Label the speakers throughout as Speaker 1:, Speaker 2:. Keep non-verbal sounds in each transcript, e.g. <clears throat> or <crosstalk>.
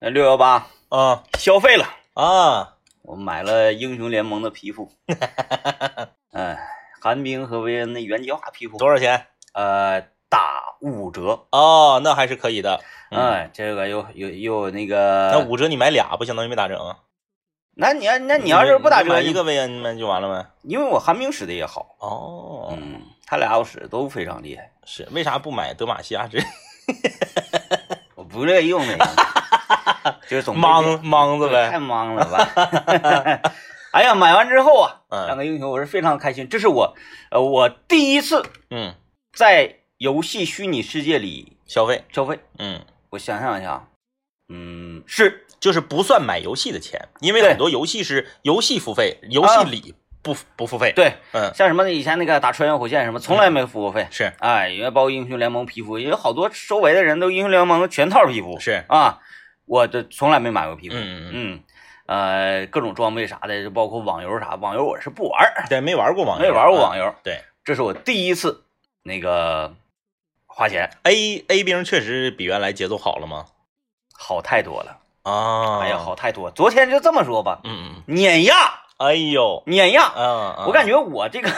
Speaker 1: 六幺八
Speaker 2: 啊
Speaker 1: 消费了，
Speaker 2: 啊，
Speaker 1: 我买了英雄联盟的皮
Speaker 2: <laughs>
Speaker 1: 肤，哎，寒冰和维恩的原价皮肤，
Speaker 2: 多少钱？
Speaker 1: 呃，打五折，
Speaker 2: 哦，那还是可以的。嗯
Speaker 1: 哎，这个又又又那
Speaker 2: 那
Speaker 1: 个，
Speaker 2: 五折你买俩，不相当于没打折啊？
Speaker 1: 那你要呃那你要是不打折，
Speaker 2: 买一个，薇恩们就完了呗？
Speaker 1: 因为我寒冰使的也好，
Speaker 2: 哦，
Speaker 1: 嗯，他俩我使的都非常厉害，
Speaker 2: 是为啥不买德玛西亚 <laughs> 之类
Speaker 1: 我不乐意用那个，
Speaker 2: <laughs>
Speaker 1: 就是总被
Speaker 2: 莽莽子
Speaker 1: 太
Speaker 2: 呗？
Speaker 1: 忙了吧？ <laughs> 哎呀，买完之后啊，
Speaker 2: 嗯
Speaker 1: 两个英雄我是非常开心，这是我呃我第一次
Speaker 2: 嗯，
Speaker 1: 在游戏虚拟世界里
Speaker 2: 消费，
Speaker 1: 消费。
Speaker 2: 嗯，
Speaker 1: 我想象一下啊，嗯，是
Speaker 2: 就是不算买游戏的钱，因为
Speaker 1: 对啊
Speaker 2: 很多游戏是游戏付费，游戏里不不付费。，
Speaker 1: 对，
Speaker 2: 嗯，
Speaker 1: 像什么以前那个打穿越火线什么，从来没付过费。
Speaker 2: 是
Speaker 1: 哎，因为包括英雄联盟皮肤，也有好多周围的人都英雄联盟全套皮肤
Speaker 2: 是，
Speaker 1: 啊，我这从来没买过皮肤。
Speaker 2: 嗯嗯
Speaker 1: 嗯，呃，各种装备啥的，就包括网游啥，网游我是不玩儿，
Speaker 2: 嗯，对，没玩过网游，啊
Speaker 1: 没玩过网
Speaker 2: 游。
Speaker 1: 游。
Speaker 2: 对
Speaker 1: 这是我第一次那个花钱，
Speaker 2: ，A A 兵确实比原来节奏好了吗？
Speaker 1: 好太多了。
Speaker 2: 啊，
Speaker 1: 哎呀，，好太多！昨天就这么说吧，
Speaker 2: 嗯嗯，
Speaker 1: 碾压，
Speaker 2: 哎呦，
Speaker 1: 碾压！
Speaker 2: 啊，
Speaker 1: 我感
Speaker 2: 觉
Speaker 1: 觉我这个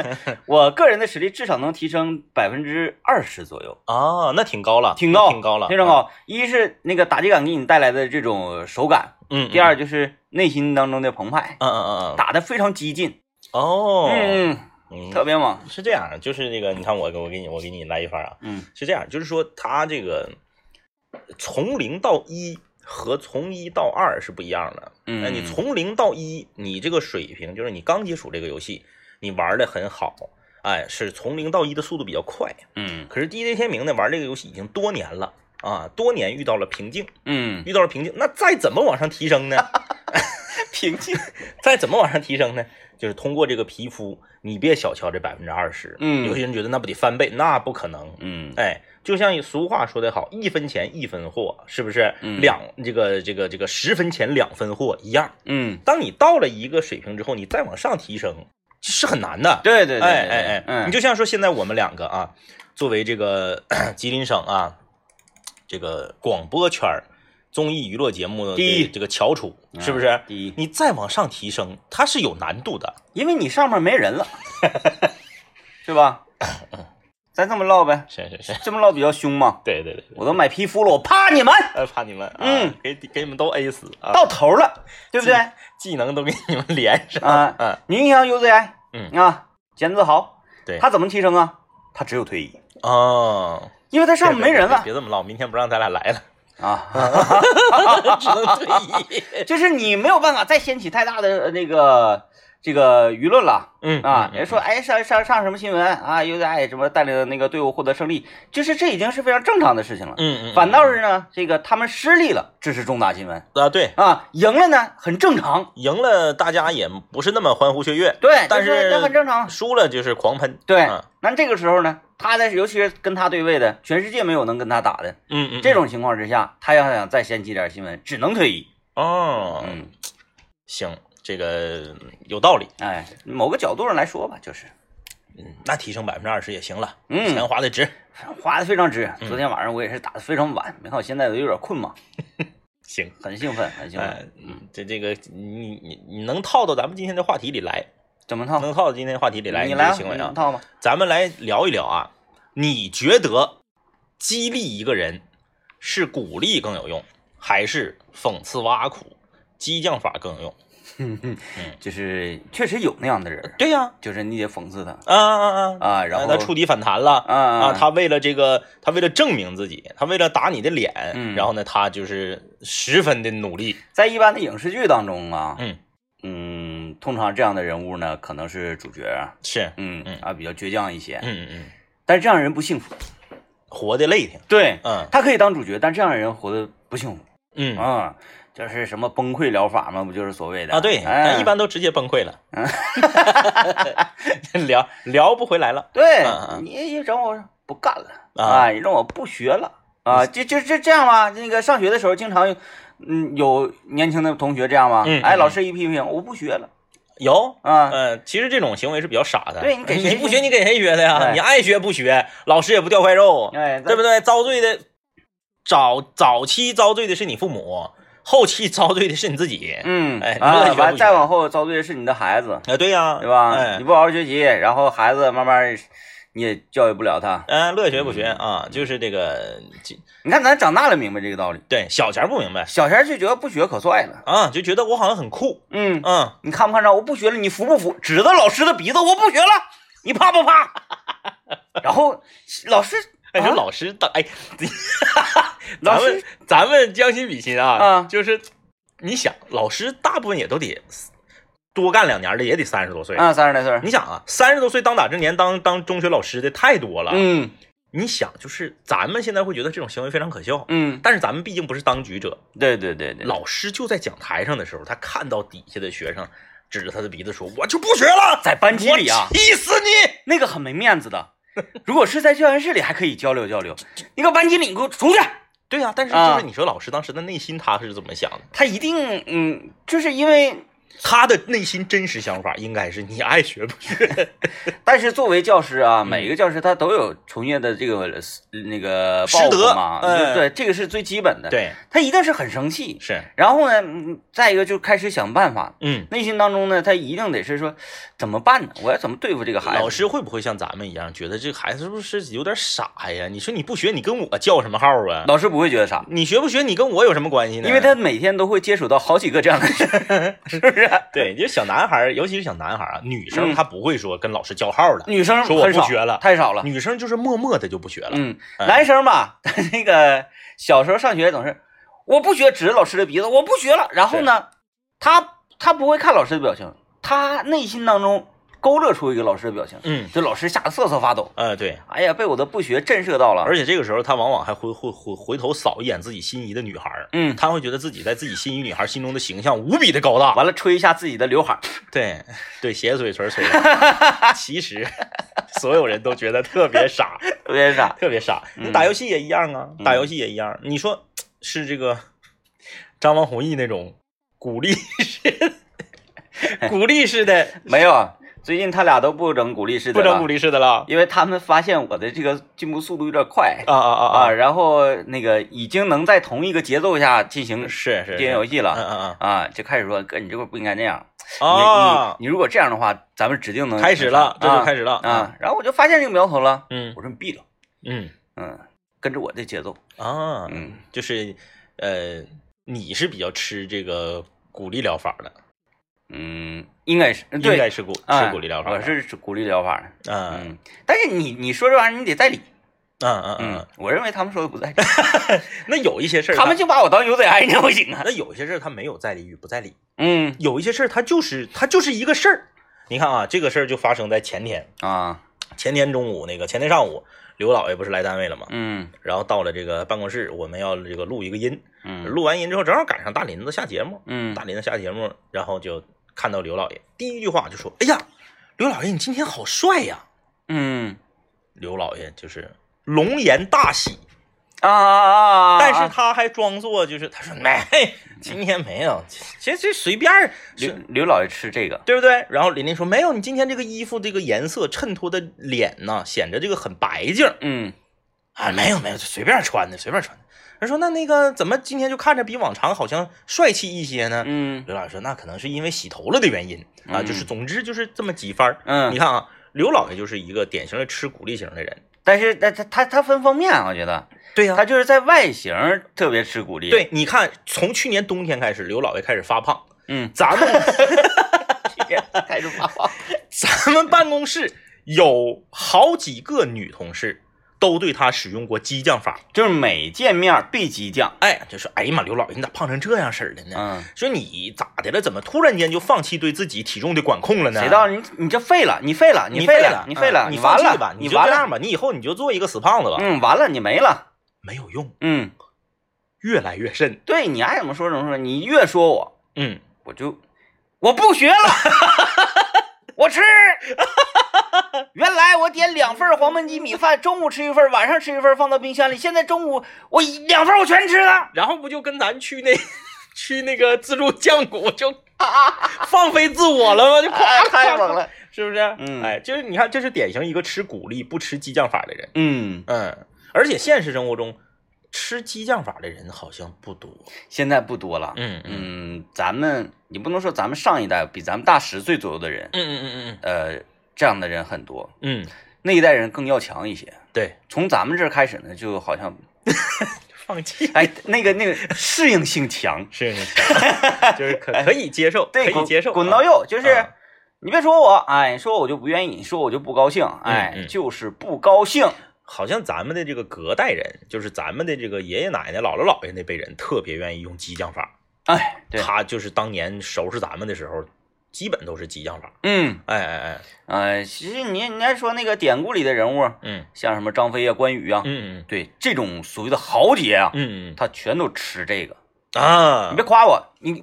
Speaker 1: <laughs> 我个人的实力至少能提升百分之二十左右，
Speaker 2: 啊，那挺高了，
Speaker 1: 挺高，
Speaker 2: 挺高了，
Speaker 1: 非常。高。一是那个打击感给你带来的这种手感，
Speaker 2: 嗯，嗯
Speaker 1: 第二，就是内心当中的澎湃，
Speaker 2: 嗯嗯嗯嗯，
Speaker 1: 打得非常激进，
Speaker 2: 哦，
Speaker 1: 嗯，
Speaker 2: 嗯
Speaker 1: 特别猛，
Speaker 2: 是这样，就是那个，你看我给我给你我给你来一发啊，
Speaker 1: 嗯
Speaker 2: 是这样，就是说它这个从零到一和从一到二是不一样的。
Speaker 1: 嗯。
Speaker 2: 那哎你从零到一，你这个水平就是你刚接触这个游戏，你玩的很好，哎，是从零到一的速度比较快。
Speaker 1: 嗯
Speaker 2: 可是 DJ 天明呢，玩这个游戏已经多年了啊，多年遇到了瓶颈，
Speaker 1: 嗯
Speaker 2: 遇到了瓶颈，那再怎么往上提升呢？
Speaker 1: 平静，
Speaker 2: 再怎么往上提升呢？就是通过这个皮肤，你别小瞧这百分之二十。
Speaker 1: 嗯
Speaker 2: 有些人觉得那不得翻倍，那不可能。
Speaker 1: 嗯
Speaker 2: 哎，就像俗话说得好，一分钱一分货，是不是？
Speaker 1: 嗯
Speaker 2: 两这个这个这个十分钱两分货一样。
Speaker 1: 嗯，
Speaker 2: 当你到了一个水平之后，你再往上提升是很难的。
Speaker 1: 对对对，
Speaker 2: 哎
Speaker 1: 对
Speaker 2: 哎哎，
Speaker 1: 嗯
Speaker 2: 你就像说现在我们两个啊，作为这个 <clears throat> 吉林省啊，这个广播圈儿综艺娱乐节目的
Speaker 1: 第一
Speaker 2: 这个翘楚，是不是？
Speaker 1: 嗯第一
Speaker 2: 你再往上提升，它是有难度的。
Speaker 1: 因为你上面没人了， <laughs> 对吧？咱这么唠呗，
Speaker 2: 是是是，
Speaker 1: 这么唠比较凶嘛。
Speaker 2: 对对对，
Speaker 1: 我都买皮肤了，我怕你们
Speaker 2: 哎，怕你们，啊
Speaker 1: 嗯，
Speaker 2: 给给你们都 A 死啊，
Speaker 1: 到头了，对不对？
Speaker 2: 技能都给你们连 <laughs> 上。
Speaker 1: 啊，
Speaker 2: 嗯，
Speaker 1: 你像 UZI，
Speaker 2: 嗯
Speaker 1: 啊，简自豪，
Speaker 2: 对，
Speaker 1: 他怎么提升啊？他只有退役，
Speaker 2: 哦，
Speaker 1: 因为他上面没人
Speaker 2: 别别
Speaker 1: 了
Speaker 2: 别这么唠，明天不让咱俩来 <laughs> 了，
Speaker 1: 啊， <laughs>
Speaker 2: 只能退役。
Speaker 1: 就是你没有办法再掀起太大的呃那个这个舆论了。
Speaker 2: 嗯
Speaker 1: 啊，
Speaker 2: 嗯
Speaker 1: 人说哎上上上什么新闻啊？UZI 什么带领的那个队伍获得胜利，就是这已经是非常正常的事情了。
Speaker 2: 嗯嗯，
Speaker 1: 反倒是呢，这个他们失利了，这是重大新闻
Speaker 2: 啊，对，
Speaker 1: 啊；赢了呢，很正常，
Speaker 2: 赢了大家也不是那么欢呼雀跃，
Speaker 1: 对，
Speaker 2: 但
Speaker 1: 这
Speaker 2: 是
Speaker 1: 这很正常。
Speaker 2: 输了就是狂喷。
Speaker 1: 啊对
Speaker 2: 嗯，
Speaker 1: 那这个时候呢，他的尤其是跟他对位的，全世界没有能跟他打的，
Speaker 2: 嗯嗯，
Speaker 1: 这种情况之下，他要想再掀起点新闻，只能退役。
Speaker 2: 哦，
Speaker 1: 嗯，
Speaker 2: 行，这个嗯有道理。
Speaker 1: 哎，某个角度上来说吧，就是
Speaker 2: 嗯，那提升百分之二十也行了，
Speaker 1: 嗯
Speaker 2: 钱花的值。
Speaker 1: 花的非常值。
Speaker 2: 嗯
Speaker 1: 昨天晚上我也是打的非常晚，没看我现在都有点困嘛，
Speaker 2: 行，
Speaker 1: 很兴奋，很兴
Speaker 2: 哎
Speaker 1: 奋。，
Speaker 2: 这这个你你你能套到咱们今天的话题里来，
Speaker 1: 怎么套？
Speaker 2: 能套到今天话题里来，
Speaker 1: 你
Speaker 2: 你
Speaker 1: 来
Speaker 2: 这
Speaker 1: 啊
Speaker 2: 个行为
Speaker 1: 你
Speaker 2: 啊，
Speaker 1: 套吧。
Speaker 2: 咱们来聊一聊啊，你觉得激励一个人是鼓励更有用，还是讽刺挖苦、激将法更有用？
Speaker 1: 就是确实有那样的人，
Speaker 2: 对呀、
Speaker 1: 就是你得讽刺他
Speaker 2: 啊啊啊啊！
Speaker 1: 啊，然后
Speaker 2: 他触底反弹了。
Speaker 1: 啊
Speaker 2: 啊，他为了这个，他为了证明自己，他为了打你的脸，
Speaker 1: 嗯
Speaker 2: 然后呢，他就是十分的努力。
Speaker 1: 在一般的影视剧当中啊，
Speaker 2: 嗯，
Speaker 1: 嗯，通常这样的人物呢，可能是主角，
Speaker 2: 是，
Speaker 1: 嗯
Speaker 2: 嗯
Speaker 1: 啊，比较倔强一些，
Speaker 2: 嗯嗯嗯，
Speaker 1: 但是这样的人不幸福。
Speaker 2: 活得累挺。
Speaker 1: 对，
Speaker 2: 嗯
Speaker 1: 他可以当主角，但这样的人活得不幸福
Speaker 2: 嗯
Speaker 1: 啊，就是什么崩溃疗法嘛，不就是所谓的
Speaker 2: 啊，对，
Speaker 1: 哎，
Speaker 2: 咱一般都直接崩溃了，
Speaker 1: 嗯 <laughs>
Speaker 2: 聊聊不回来了。
Speaker 1: 对
Speaker 2: 嗯嗯，嗯
Speaker 1: 你一整我不干了
Speaker 2: 啊嗯
Speaker 1: 啊，一整我不学了啊，就就就这样吧。那个上学的时候，经常有嗯有年轻的同学这样吗？
Speaker 2: 嗯
Speaker 1: 哎，
Speaker 2: 嗯
Speaker 1: 老师一批评，我不学了
Speaker 2: 有，
Speaker 1: 啊，
Speaker 2: 呃，其实这种行为是比较傻的。
Speaker 1: 对你给谁
Speaker 2: 不学，你给谁学的呀？
Speaker 1: 对
Speaker 2: 嗯你爱学不学，老师也不掉块肉，
Speaker 1: 哎，
Speaker 2: 对不对？遭罪的早早期遭罪的是你父母，后期遭罪的是你自己。
Speaker 1: 嗯，
Speaker 2: 哎你
Speaker 1: 啊，
Speaker 2: 乐学
Speaker 1: 完
Speaker 2: 不
Speaker 1: 再
Speaker 2: 学
Speaker 1: 往后遭罪的是你的孩子，
Speaker 2: 啊，对呀、
Speaker 1: 对吧？
Speaker 2: 哎
Speaker 1: 你不好好学习，然后孩子慢慢你也教育不了他。
Speaker 2: 嗯，乐学不学啊，就是这个，这
Speaker 1: 你看咱长大了明白这个道理，
Speaker 2: 对，小前儿不明白
Speaker 1: 小前就觉得不学可帅了。
Speaker 2: 啊，就觉得我好像很酷，
Speaker 1: 嗯，
Speaker 2: 嗯，
Speaker 1: 你看不看着我不学了，你服不服？指着老师的鼻子，我不学了，你怕不
Speaker 2: <laughs>
Speaker 1: 怕？然后老师，
Speaker 2: 哎，
Speaker 1: 啊
Speaker 2: 这老师当哎，
Speaker 1: 老
Speaker 2: 咱
Speaker 1: 师
Speaker 2: 们咱们将心比心啊，
Speaker 1: 啊
Speaker 2: 就是你想，老师大部分也都得多干两年的，也得三十多岁。
Speaker 1: 啊，三十来岁儿，
Speaker 2: 你想啊，三十多岁当打之年当当中学老师的太多了。
Speaker 1: 嗯
Speaker 2: 你想，就是咱们现在会觉得这种行为非常可笑，
Speaker 1: 嗯，
Speaker 2: 但是咱们毕竟不是当局者，
Speaker 1: 对对对对，
Speaker 2: 老师就在讲台上的时候，他看到底下的学生指着他的鼻子说：“我就不学了，
Speaker 1: 在班级里啊
Speaker 2: 我，气死你
Speaker 1: 那个很没面子的。如果是在教研室里还可以交流
Speaker 2: <laughs>
Speaker 1: 交流，你搁班级里你给我出去，！”
Speaker 2: 对呀、但是
Speaker 1: 啊
Speaker 2: 就是你说老师当时的内心他是怎么想的？
Speaker 1: 他一定嗯，就是因为，
Speaker 2: 他的内心真实想法应该是你爱学不
Speaker 1: <laughs>
Speaker 2: 学，
Speaker 1: 但是作为教师
Speaker 2: 嗯
Speaker 1: 啊，每个教师他都有从业的这个呃那个
Speaker 2: 师
Speaker 1: 报复
Speaker 2: 德
Speaker 1: 嘛，
Speaker 2: 哎
Speaker 1: 对，这个是最基本的。，
Speaker 2: 对，
Speaker 1: 他一定是很生气，
Speaker 2: 是，
Speaker 1: 然后呢，嗯再一个就开始想办法，
Speaker 2: 嗯，
Speaker 1: 内心当中呢，他一定得是说怎么办呢？我要怎么对付这个孩子？
Speaker 2: 老师会不会像咱们一样觉得这孩子是不是有点傻呀？你说你不学，你跟我叫什么号啊？
Speaker 1: 老师不会觉得啥，
Speaker 2: 你学不学，你跟我有什么关系呢？
Speaker 1: 因为他每天都会接触到好几个这样的人，
Speaker 2: <laughs>
Speaker 1: 是不是？
Speaker 2: 对，就是小男孩儿，尤其是小男孩儿啊，女生
Speaker 1: 嗯
Speaker 2: 她不会说跟老师叫号的，
Speaker 1: 女生
Speaker 2: 说我
Speaker 1: 很少
Speaker 2: 不学了
Speaker 1: 太少了。
Speaker 2: 女生就是默默的就不学了。
Speaker 1: 嗯，
Speaker 2: 哎
Speaker 1: 男生吧， <laughs> 那个小时候上学总是我不学，指着老师的鼻子，我不学了。然后呢，他他不会看老师的表情，他内心当中勾勒出一个老师的表情，
Speaker 2: 嗯，
Speaker 1: 这老师吓得瑟瑟发抖。
Speaker 2: 呃，对，
Speaker 1: 哎呀，被我的不学震慑到了。
Speaker 2: 而且这个时候他往往还回回回回头扫一眼自己心仪的女孩儿，
Speaker 1: 嗯，
Speaker 2: 他会觉得自己在自己心仪女孩心中的形象无比的高大。
Speaker 1: 完了吹一下自己的刘海儿， <laughs>
Speaker 2: 对对，斜嘴唇吹的，其实所有人都觉得特别傻，
Speaker 1: 特别傻。
Speaker 2: 特别傻。
Speaker 1: 嗯
Speaker 2: 你打游戏也一样啊，打游戏也一样。你说是这个张王弘毅那种鼓励式、鼓励式的，
Speaker 1: 没有啊，最近他俩都不整鼓励式的，
Speaker 2: 不整鼓，励式的了。
Speaker 1: 因为他们发现我的这个进步速度有点快
Speaker 2: 啊啊啊
Speaker 1: 啊，！然后那个已经能在同一个节奏下进行
Speaker 2: 是是，
Speaker 1: 电
Speaker 2: 是
Speaker 1: 影游戏
Speaker 2: 嗯
Speaker 1: 了
Speaker 2: 嗯
Speaker 1: 啊，就开始说哥，你这块不应该那样，
Speaker 2: 嗯
Speaker 1: 你
Speaker 2: 啊，
Speaker 1: 你你如果这样的话，咱们指定能
Speaker 2: 开始了，这就开
Speaker 1: 始
Speaker 2: 始了
Speaker 1: 啊。然后我就发现这个苗头了，
Speaker 2: 嗯
Speaker 1: 我说你闭着，
Speaker 2: 嗯
Speaker 1: 嗯，跟着我的节奏，
Speaker 2: 啊，
Speaker 1: 嗯，
Speaker 2: 就是呃，你是比较吃这个鼓励疗法的，
Speaker 1: 嗯，应该是
Speaker 2: 应该
Speaker 1: 对。
Speaker 2: 是鼓吃
Speaker 1: 啊
Speaker 2: 鼓励疗法的，
Speaker 1: 我是鼓励疗法的，
Speaker 2: 嗯
Speaker 1: 嗯，但是你你说这玩意儿你得在理，
Speaker 2: 嗯嗯嗯
Speaker 1: 嗯，，我认为他们说的不在
Speaker 2: <laughs>
Speaker 1: 理，
Speaker 2: 那有一些事儿
Speaker 1: 他们就把我当牛仔爱你不行啊，
Speaker 2: 那有一些事儿他没有在理与不在理，
Speaker 1: 嗯
Speaker 2: 有一些事儿它就是它就是一个事儿。你看啊，这个事儿就发生在前天，
Speaker 1: 啊，
Speaker 2: 前天中午那个前天上午，刘老爷不是来单位了吗？
Speaker 1: 嗯
Speaker 2: 然后到了这个办公室，我们要这个录一个音，
Speaker 1: 嗯
Speaker 2: 录完音之后正好赶上大林子下节目，
Speaker 1: 嗯
Speaker 2: 大林子下节目，然后就看到刘老爷，第一句话就说：“哎呀，刘老爷你今天好帅呀
Speaker 1: 嗯！”
Speaker 2: 刘老爷就是龙颜大喜，
Speaker 1: 啊啊啊！
Speaker 2: 但是他还装作就是他说没，今天没有，其实这随便儿
Speaker 1: 刘刘老爷吃这个，
Speaker 2: 对不对？然后琳琳说没有，你今天这个衣服这个颜色衬托的脸呢，显着这个很白净儿
Speaker 1: 嗯
Speaker 2: 啊。没有没有，就随便穿的，随便穿的。人说那那个怎么今天就看着比往常好像帅气一些呢？
Speaker 1: 嗯
Speaker 2: 刘老师说那可能是因为洗头了的原因啊，
Speaker 1: 嗯
Speaker 2: 就是总之就是这么几番儿。
Speaker 1: 嗯
Speaker 2: 你，看啊，刘老爷就是一个典型的吃鼓励型的人。
Speaker 1: 但是但他他他分方面啊，我觉得
Speaker 2: 对呀
Speaker 1: 他就是在外形特别吃鼓励，，
Speaker 2: 对，你看从去年冬天开始，刘老爷开始发胖，，
Speaker 1: 嗯
Speaker 2: <laughs> 咱们。
Speaker 1: 开始发话，
Speaker 2: 咱们办公室有好几个女同事都对他使用过激将法，
Speaker 1: <laughs> 就是每见面必激
Speaker 2: <laughs>
Speaker 1: 将，
Speaker 2: 哎，就说哎呀妈，刘老爷你咋胖成这样式儿的呢？
Speaker 1: 嗯，
Speaker 2: 说你咋的了？怎么突然间就放弃对自己体重的管控了呢？
Speaker 1: 谁知道你你这废了，你废了，
Speaker 2: 你
Speaker 1: 废
Speaker 2: 了，
Speaker 1: 你废了，
Speaker 2: 嗯你放
Speaker 1: 完
Speaker 2: 弃
Speaker 1: 了
Speaker 2: 吧，
Speaker 1: 你
Speaker 2: 就这
Speaker 1: 完
Speaker 2: 样
Speaker 1: 了，
Speaker 2: 吧，你以后你就做一个死胖子吧，
Speaker 1: 嗯，完了，你没了，
Speaker 2: 没有用，
Speaker 1: 嗯，
Speaker 2: 越来越甚。
Speaker 1: 对你爱怎么说怎么说，你越说我，
Speaker 2: 嗯，
Speaker 1: 我就我不学了， <laughs> 我吃。 <laughs> 原来我点两份黄焖鸡米饭，中午吃一份，晚上吃一份，放到冰箱里。现在中午我一两份我全吃了。
Speaker 2: 然后不就跟咱去那去那个自助酱骨就放飞自我了吗？就夸
Speaker 1: 哎，太猛，了。
Speaker 2: 是不是？
Speaker 1: 嗯
Speaker 2: 哎，就是你看，这是典型一个吃鼓励不吃激将法的人。
Speaker 1: 嗯
Speaker 2: 嗯，而且现实生活中，吃激将法的人好像不多。
Speaker 1: 现在不多了。
Speaker 2: 嗯嗯
Speaker 1: 嗯，咱们你不能说咱们上一代比咱们大十岁左右的人，
Speaker 2: 嗯嗯嗯
Speaker 1: 呃，这样的人很多，
Speaker 2: 嗯嗯，
Speaker 1: 那一代人更要强一些。
Speaker 2: 对，
Speaker 1: 从咱们这儿开始呢，就好像
Speaker 2: 放弃
Speaker 1: 哎，那个那个适应性强，
Speaker 2: 是你强，就是可可以接受，
Speaker 1: 对，
Speaker 2: 可以
Speaker 1: 滚
Speaker 2: 接受，
Speaker 1: 滚刀
Speaker 2: 啊
Speaker 1: 肉就是、
Speaker 2: 啊
Speaker 1: 你别说我，哎，说我就不愿意，你说我就不高兴，哎，
Speaker 2: 嗯
Speaker 1: 就是不高兴。
Speaker 2: 好像咱们的这个隔代人，就是咱们的这个爷爷奶奶、姥姥姥爷那辈人，特别愿意用激将法。
Speaker 1: 哎，对，
Speaker 2: 他就是当年收拾咱们的时候，基本都是激将法。
Speaker 1: 嗯，
Speaker 2: 哎哎哎，
Speaker 1: 呃，其实你你还说那个典故里的人物，
Speaker 2: 嗯
Speaker 1: 像什么张飞啊、关羽啊，
Speaker 2: 嗯
Speaker 1: 对这种所谓的豪杰啊，
Speaker 2: 嗯嗯
Speaker 1: 他全都吃这个。
Speaker 2: 嗯啊
Speaker 1: 你别夸我，你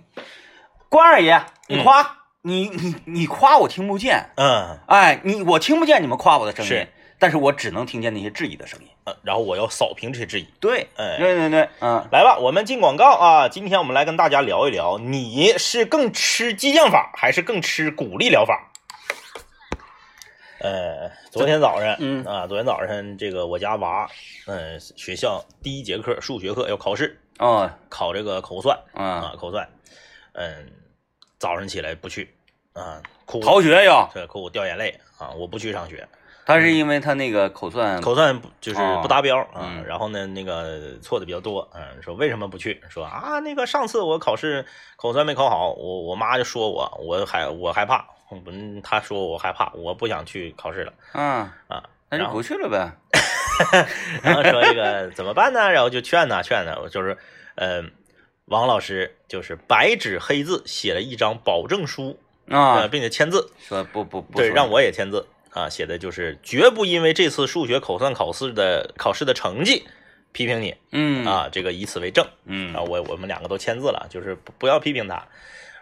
Speaker 1: 关二爷，你
Speaker 2: 嗯
Speaker 1: 夸、你你你夸我听不见，
Speaker 2: 嗯，
Speaker 1: 哎，你我听不见你们夸我的声音，
Speaker 2: 是
Speaker 1: 但是我只能听见那些质疑的声音。
Speaker 2: 呃然后我要扫平这些质疑。
Speaker 1: 对，
Speaker 2: 哎
Speaker 1: 对对对，嗯，
Speaker 2: 来吧，我们进广告啊！今天我们来跟大家聊一聊，你是更吃激将法，还是更吃鼓励疗法？呃，昨天早上，
Speaker 1: 嗯
Speaker 2: 啊，昨天早上这个我家娃，嗯、学校第一节课数学课要考试，
Speaker 1: 哦，
Speaker 2: 考这个口算
Speaker 1: 嗯，
Speaker 2: 啊，口算，嗯，早上起来不去啊，哭，
Speaker 1: 逃学呀，
Speaker 2: 这哭我掉眼泪啊，我不去上学，
Speaker 1: 他是因为他那个口算，
Speaker 2: 口算不就是
Speaker 1: 哦
Speaker 2: 不达标啊，
Speaker 1: 嗯
Speaker 2: 然后呢，那个错的比较多，嗯、说为什么不去？说啊，那个上次我考试口算没考好，我我妈就说我，我害我害怕，嗯，她说我害怕，我不想去考试了 <laughs>
Speaker 1: 嗯，
Speaker 2: 啊。
Speaker 1: 那
Speaker 2: 然
Speaker 1: 就
Speaker 2: 后
Speaker 1: 不去了呗。
Speaker 2: 然后说这个怎么办呢？然后就劝呐劝呐，我就是，嗯、王老师就是白纸黑字写了一张保证书，呃，
Speaker 1: 啊，
Speaker 2: 并且签字，
Speaker 1: 说不不不说，
Speaker 2: 对，让我也签字啊，写的就是绝不因为这次数学口算考试的考试的成绩批评你
Speaker 1: 嗯，
Speaker 2: 啊，这个以此为证
Speaker 1: 嗯
Speaker 2: 啊，我我们两个都签字了，就是不不要批评他。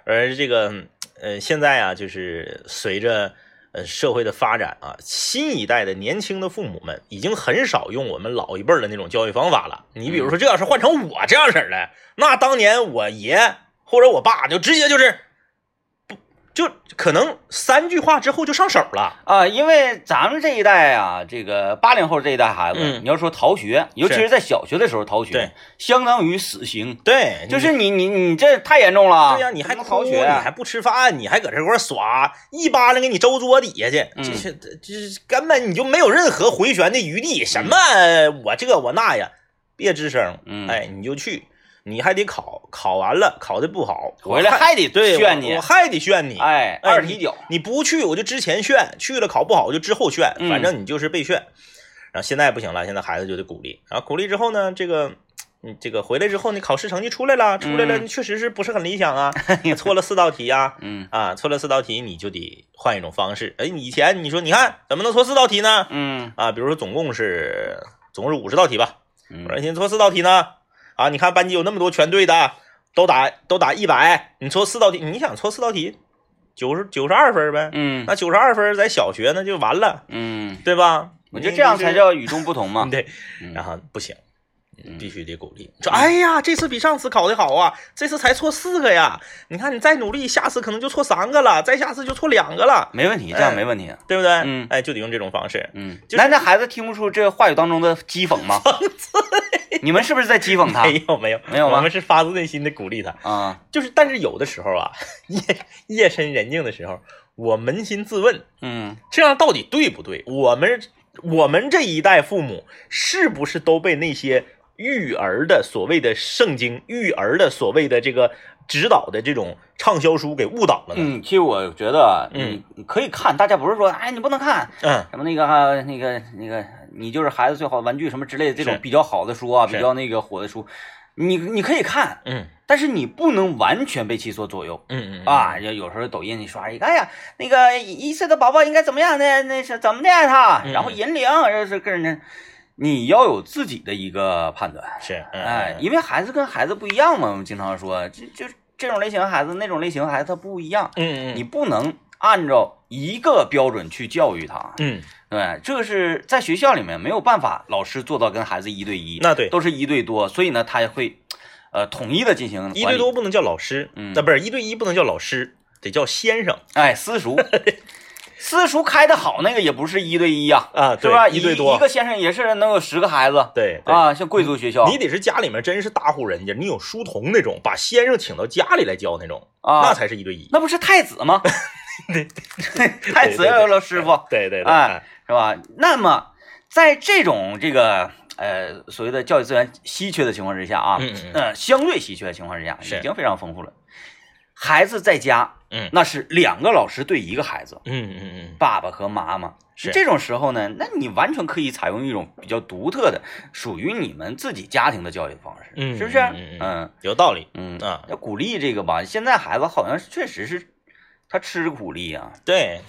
Speaker 2: 而这个呃，现在啊，就是随着呃社会的发展啊，新一代的年轻的父母们已经很少用我们老一辈儿的那种教育方法了。你
Speaker 1: 嗯
Speaker 2: 比如说，这要是换成我这样式儿的，那当年我爷或者我爸就直接就是不就可能三句话之后就上手了。
Speaker 1: 啊，因为咱们这一代啊，这个八零后这一代孩子，
Speaker 2: 嗯
Speaker 1: 你要说逃学，尤其是在小学的时候逃学
Speaker 2: 对，
Speaker 1: 相当于死刑，
Speaker 2: 对，
Speaker 1: 就是你你你这太严重了。
Speaker 2: 对呀、你还
Speaker 1: 不
Speaker 2: 啊哭，
Speaker 1: 能逃学啊
Speaker 2: 你还不吃饭，你还搁这块儿耍，一巴掌给你周桌底下去，
Speaker 1: 嗯
Speaker 2: 这是这是根本你就没有任何回旋的余地。什么我这我那呀，别吱声，
Speaker 1: 嗯
Speaker 2: 哎，你就去，你还得考，考完了考的不好，我
Speaker 1: 回来
Speaker 2: 还
Speaker 1: 还得
Speaker 2: 对
Speaker 1: 炫
Speaker 2: 我
Speaker 1: 你
Speaker 2: 我，还得炫你，
Speaker 1: 哎，
Speaker 2: 哎
Speaker 1: 二
Speaker 2: 你
Speaker 1: 踢脚，
Speaker 2: 你不去我就之前炫，去了考不好我就之后炫，
Speaker 1: 嗯
Speaker 2: 反正你就是被炫。然后现在不行了，现在孩子就得鼓励，然后鼓励之后呢，这个。你这个回来之后，你考试成绩出来了，出来了，
Speaker 1: 嗯哎
Speaker 2: 确实是不是很理想
Speaker 1: <laughs>
Speaker 2: 啊？错了四道题啊，
Speaker 1: 嗯
Speaker 2: 啊，错了四道题你就得换一种方式。哎，你以前你说你看怎么能错四道题呢？
Speaker 1: 嗯
Speaker 2: 啊，比如说总共是总共是五十道题吧，我
Speaker 1: 嗯
Speaker 2: 说你错四道题呢，啊，你看班级有那么多全对的，都打都打一百，你错四道题，你想错四道题，九十九十二分呗，
Speaker 1: 嗯
Speaker 2: <laughs> 那九十二分在小学那就完了，
Speaker 1: 嗯，
Speaker 2: 对吧？
Speaker 1: 我觉得
Speaker 2: 你
Speaker 1: 这样
Speaker 2: 你
Speaker 1: 才叫与众不同嘛。
Speaker 2: 对
Speaker 1: 嗯，
Speaker 2: 然后不行。
Speaker 1: 嗯
Speaker 2: 必须得鼓励，说哎呀，这次比上次考得好啊，这次才错四个呀！你看你再努力，下次可能就错三个了，再下次就错两个了，
Speaker 1: 没问题，这样没问题。
Speaker 2: 对不对？
Speaker 1: 嗯
Speaker 2: 哎，就得用这种方式。
Speaker 1: 嗯，
Speaker 2: 就是
Speaker 1: 难道孩子听不出这话语当中的讥讽 <laughs> 吗？你们是不是在讥讽他
Speaker 2: 没哎有没有
Speaker 1: 啊没有吗
Speaker 2: 我们是发自内心的鼓励他。
Speaker 1: 啊？
Speaker 2: 就是，但是有的时候啊， <laughs> 夜夜深人静的时候，我扪心自问，
Speaker 1: 嗯
Speaker 2: 这样到底对不对？我们我们这一代父母是不是都被那些育儿的所谓的圣经、育儿的所谓的这个指导的这种畅销书给误导了呢？
Speaker 1: 嗯，其实我觉得啊
Speaker 2: 嗯
Speaker 1: 你你可以看，大家不是说哎你不能看
Speaker 2: 嗯
Speaker 1: 什么那个啊那个那个你就是孩子最好的玩具什么之类的这种
Speaker 2: 是
Speaker 1: 比较好的书啊，
Speaker 2: 是
Speaker 1: 比较那个火的书，你你可以看，
Speaker 2: 嗯
Speaker 1: 但是你不能完全被其所左右。
Speaker 2: 嗯嗯
Speaker 1: 啊，有有时候抖音你刷一个，哎呀，那个一岁的宝宝应该怎么样呢？那是怎么的呀他，
Speaker 2: 嗯
Speaker 1: 然后引领，然后是跟人家，你要有自己的一个判断，
Speaker 2: 是嗯
Speaker 1: 哎，
Speaker 2: 嗯
Speaker 1: 因为孩子跟孩子不一样嘛，我们经常说，这就这种类型孩子，那种类型孩子他不一样，
Speaker 2: 嗯
Speaker 1: 你不能按照一个标准去教育他，
Speaker 2: 嗯
Speaker 1: 对，这个是在学校里面没有办法，老师做到跟孩子一对一，
Speaker 2: 那对
Speaker 1: 都是一对多，所以呢，他会，呃，统一的进行
Speaker 2: 一
Speaker 1: 管
Speaker 2: 对
Speaker 1: 理
Speaker 2: 多不能叫老师，
Speaker 1: 嗯
Speaker 2: <laughs> 那不是一对一不能叫老师，得叫先生。
Speaker 1: 哎，私塾，私塾开的好那个也不是一对一呀、
Speaker 2: 啊，
Speaker 1: 是吧？
Speaker 2: 一对
Speaker 1: 一
Speaker 2: 多，
Speaker 1: 个先生也是能有十个孩子
Speaker 2: 对对
Speaker 1: 啊，像贵族学校，
Speaker 2: 你得是家里面真是大户人家，你有书童那种，把先生请到家里来教那种，那
Speaker 1: 啊，
Speaker 2: 才是一对一。
Speaker 1: 那不是太子
Speaker 2: <laughs>
Speaker 1: 吗？ <laughs> 太子要有老师傅，
Speaker 2: 对对对，
Speaker 1: 哎，是吧？那么在这种这个呃所谓的教育资源稀缺的情况之下啊，
Speaker 2: 嗯嗯嗯
Speaker 1: 呃相对稀缺的情况之下，
Speaker 2: 是
Speaker 1: 已经非常丰富了。孩子在家，
Speaker 2: 嗯
Speaker 1: 那是两个老师对一个孩子，
Speaker 2: 嗯嗯嗯，
Speaker 1: 爸爸和妈妈。
Speaker 2: 是
Speaker 1: 这种时候呢，那你完全可以采用一种比较独特的、属于你们自己家庭的教育方式，
Speaker 2: 嗯
Speaker 1: 是不是？
Speaker 2: 嗯嗯
Speaker 1: 嗯
Speaker 2: 有道理。
Speaker 1: 嗯
Speaker 2: 啊
Speaker 1: 要鼓励这个吧。现在孩子好像是确实是他吃苦力啊，
Speaker 2: 对，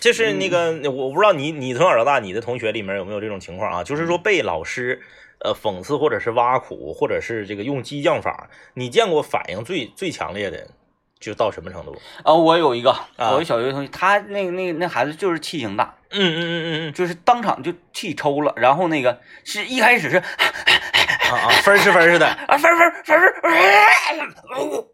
Speaker 2: 就是那个，
Speaker 1: 嗯
Speaker 2: 我我不知道你你从小到大你的同学里面有没有这种情况啊？就是
Speaker 1: 嗯
Speaker 2: 说被老师呃讽刺或者是挖苦，或者是这个用激将法，你见过反应最最强烈的就到什么程度？
Speaker 1: 啊，我有一个，我有小学同学，他那那那孩子就是气性大，
Speaker 2: 嗯嗯嗯嗯
Speaker 1: 就是当场就气抽了，然后那个是一开始是
Speaker 2: 嗯啊啊，分是分是的，
Speaker 1: 啊，分分分分，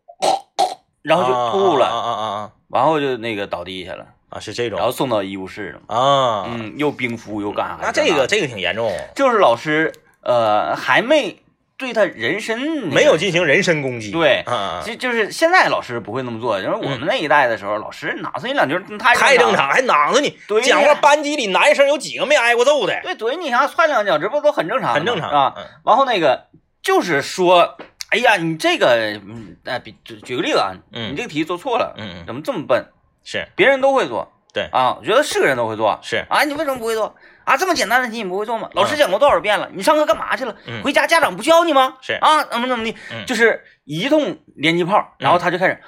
Speaker 1: 然后就吐
Speaker 2: 啊
Speaker 1: 了，
Speaker 2: 啊啊啊
Speaker 1: 然后就那个倒地下了，
Speaker 2: 啊，是这
Speaker 1: 然
Speaker 2: 种
Speaker 1: 后送到医务室了。
Speaker 2: 啊。
Speaker 1: 嗯，又冰敷又干啥？
Speaker 2: 那这个这个挺严重，
Speaker 1: 就是老师呃还没对他人身
Speaker 2: 没有进行人身攻击。
Speaker 1: 对
Speaker 2: 啊，
Speaker 1: 就就是现在老师不会那么做，就是我们那一代的时候，老师哪是你两句太
Speaker 2: 太正
Speaker 1: 了。
Speaker 2: 常，还囊着你。
Speaker 1: 对呀
Speaker 2: 讲话班级里男生有几个没挨过揍的？
Speaker 1: 对，怼你啥踹两脚，这不都很正常的吗？
Speaker 2: 很正常
Speaker 1: 啊。
Speaker 2: 嗯
Speaker 1: 然后那个就是说，哎呀，你这个，嗯，哎，比举举个例子啊，
Speaker 2: 嗯
Speaker 1: 你这个题做错了，
Speaker 2: 嗯嗯，
Speaker 1: 怎么这么笨？
Speaker 2: 是
Speaker 1: 别人都会做，
Speaker 2: 对
Speaker 1: 啊，我觉得是个人都会做
Speaker 2: 是，
Speaker 1: 啊，你为什么不会做啊？这么简单的题你不会做吗？老师讲过多少遍了？你上课干嘛去了？
Speaker 2: 嗯
Speaker 1: 回家家长不教你吗？
Speaker 2: 是
Speaker 1: 啊，怎么怎么的，
Speaker 2: 嗯
Speaker 1: 就是一通连击炮，然后他就开始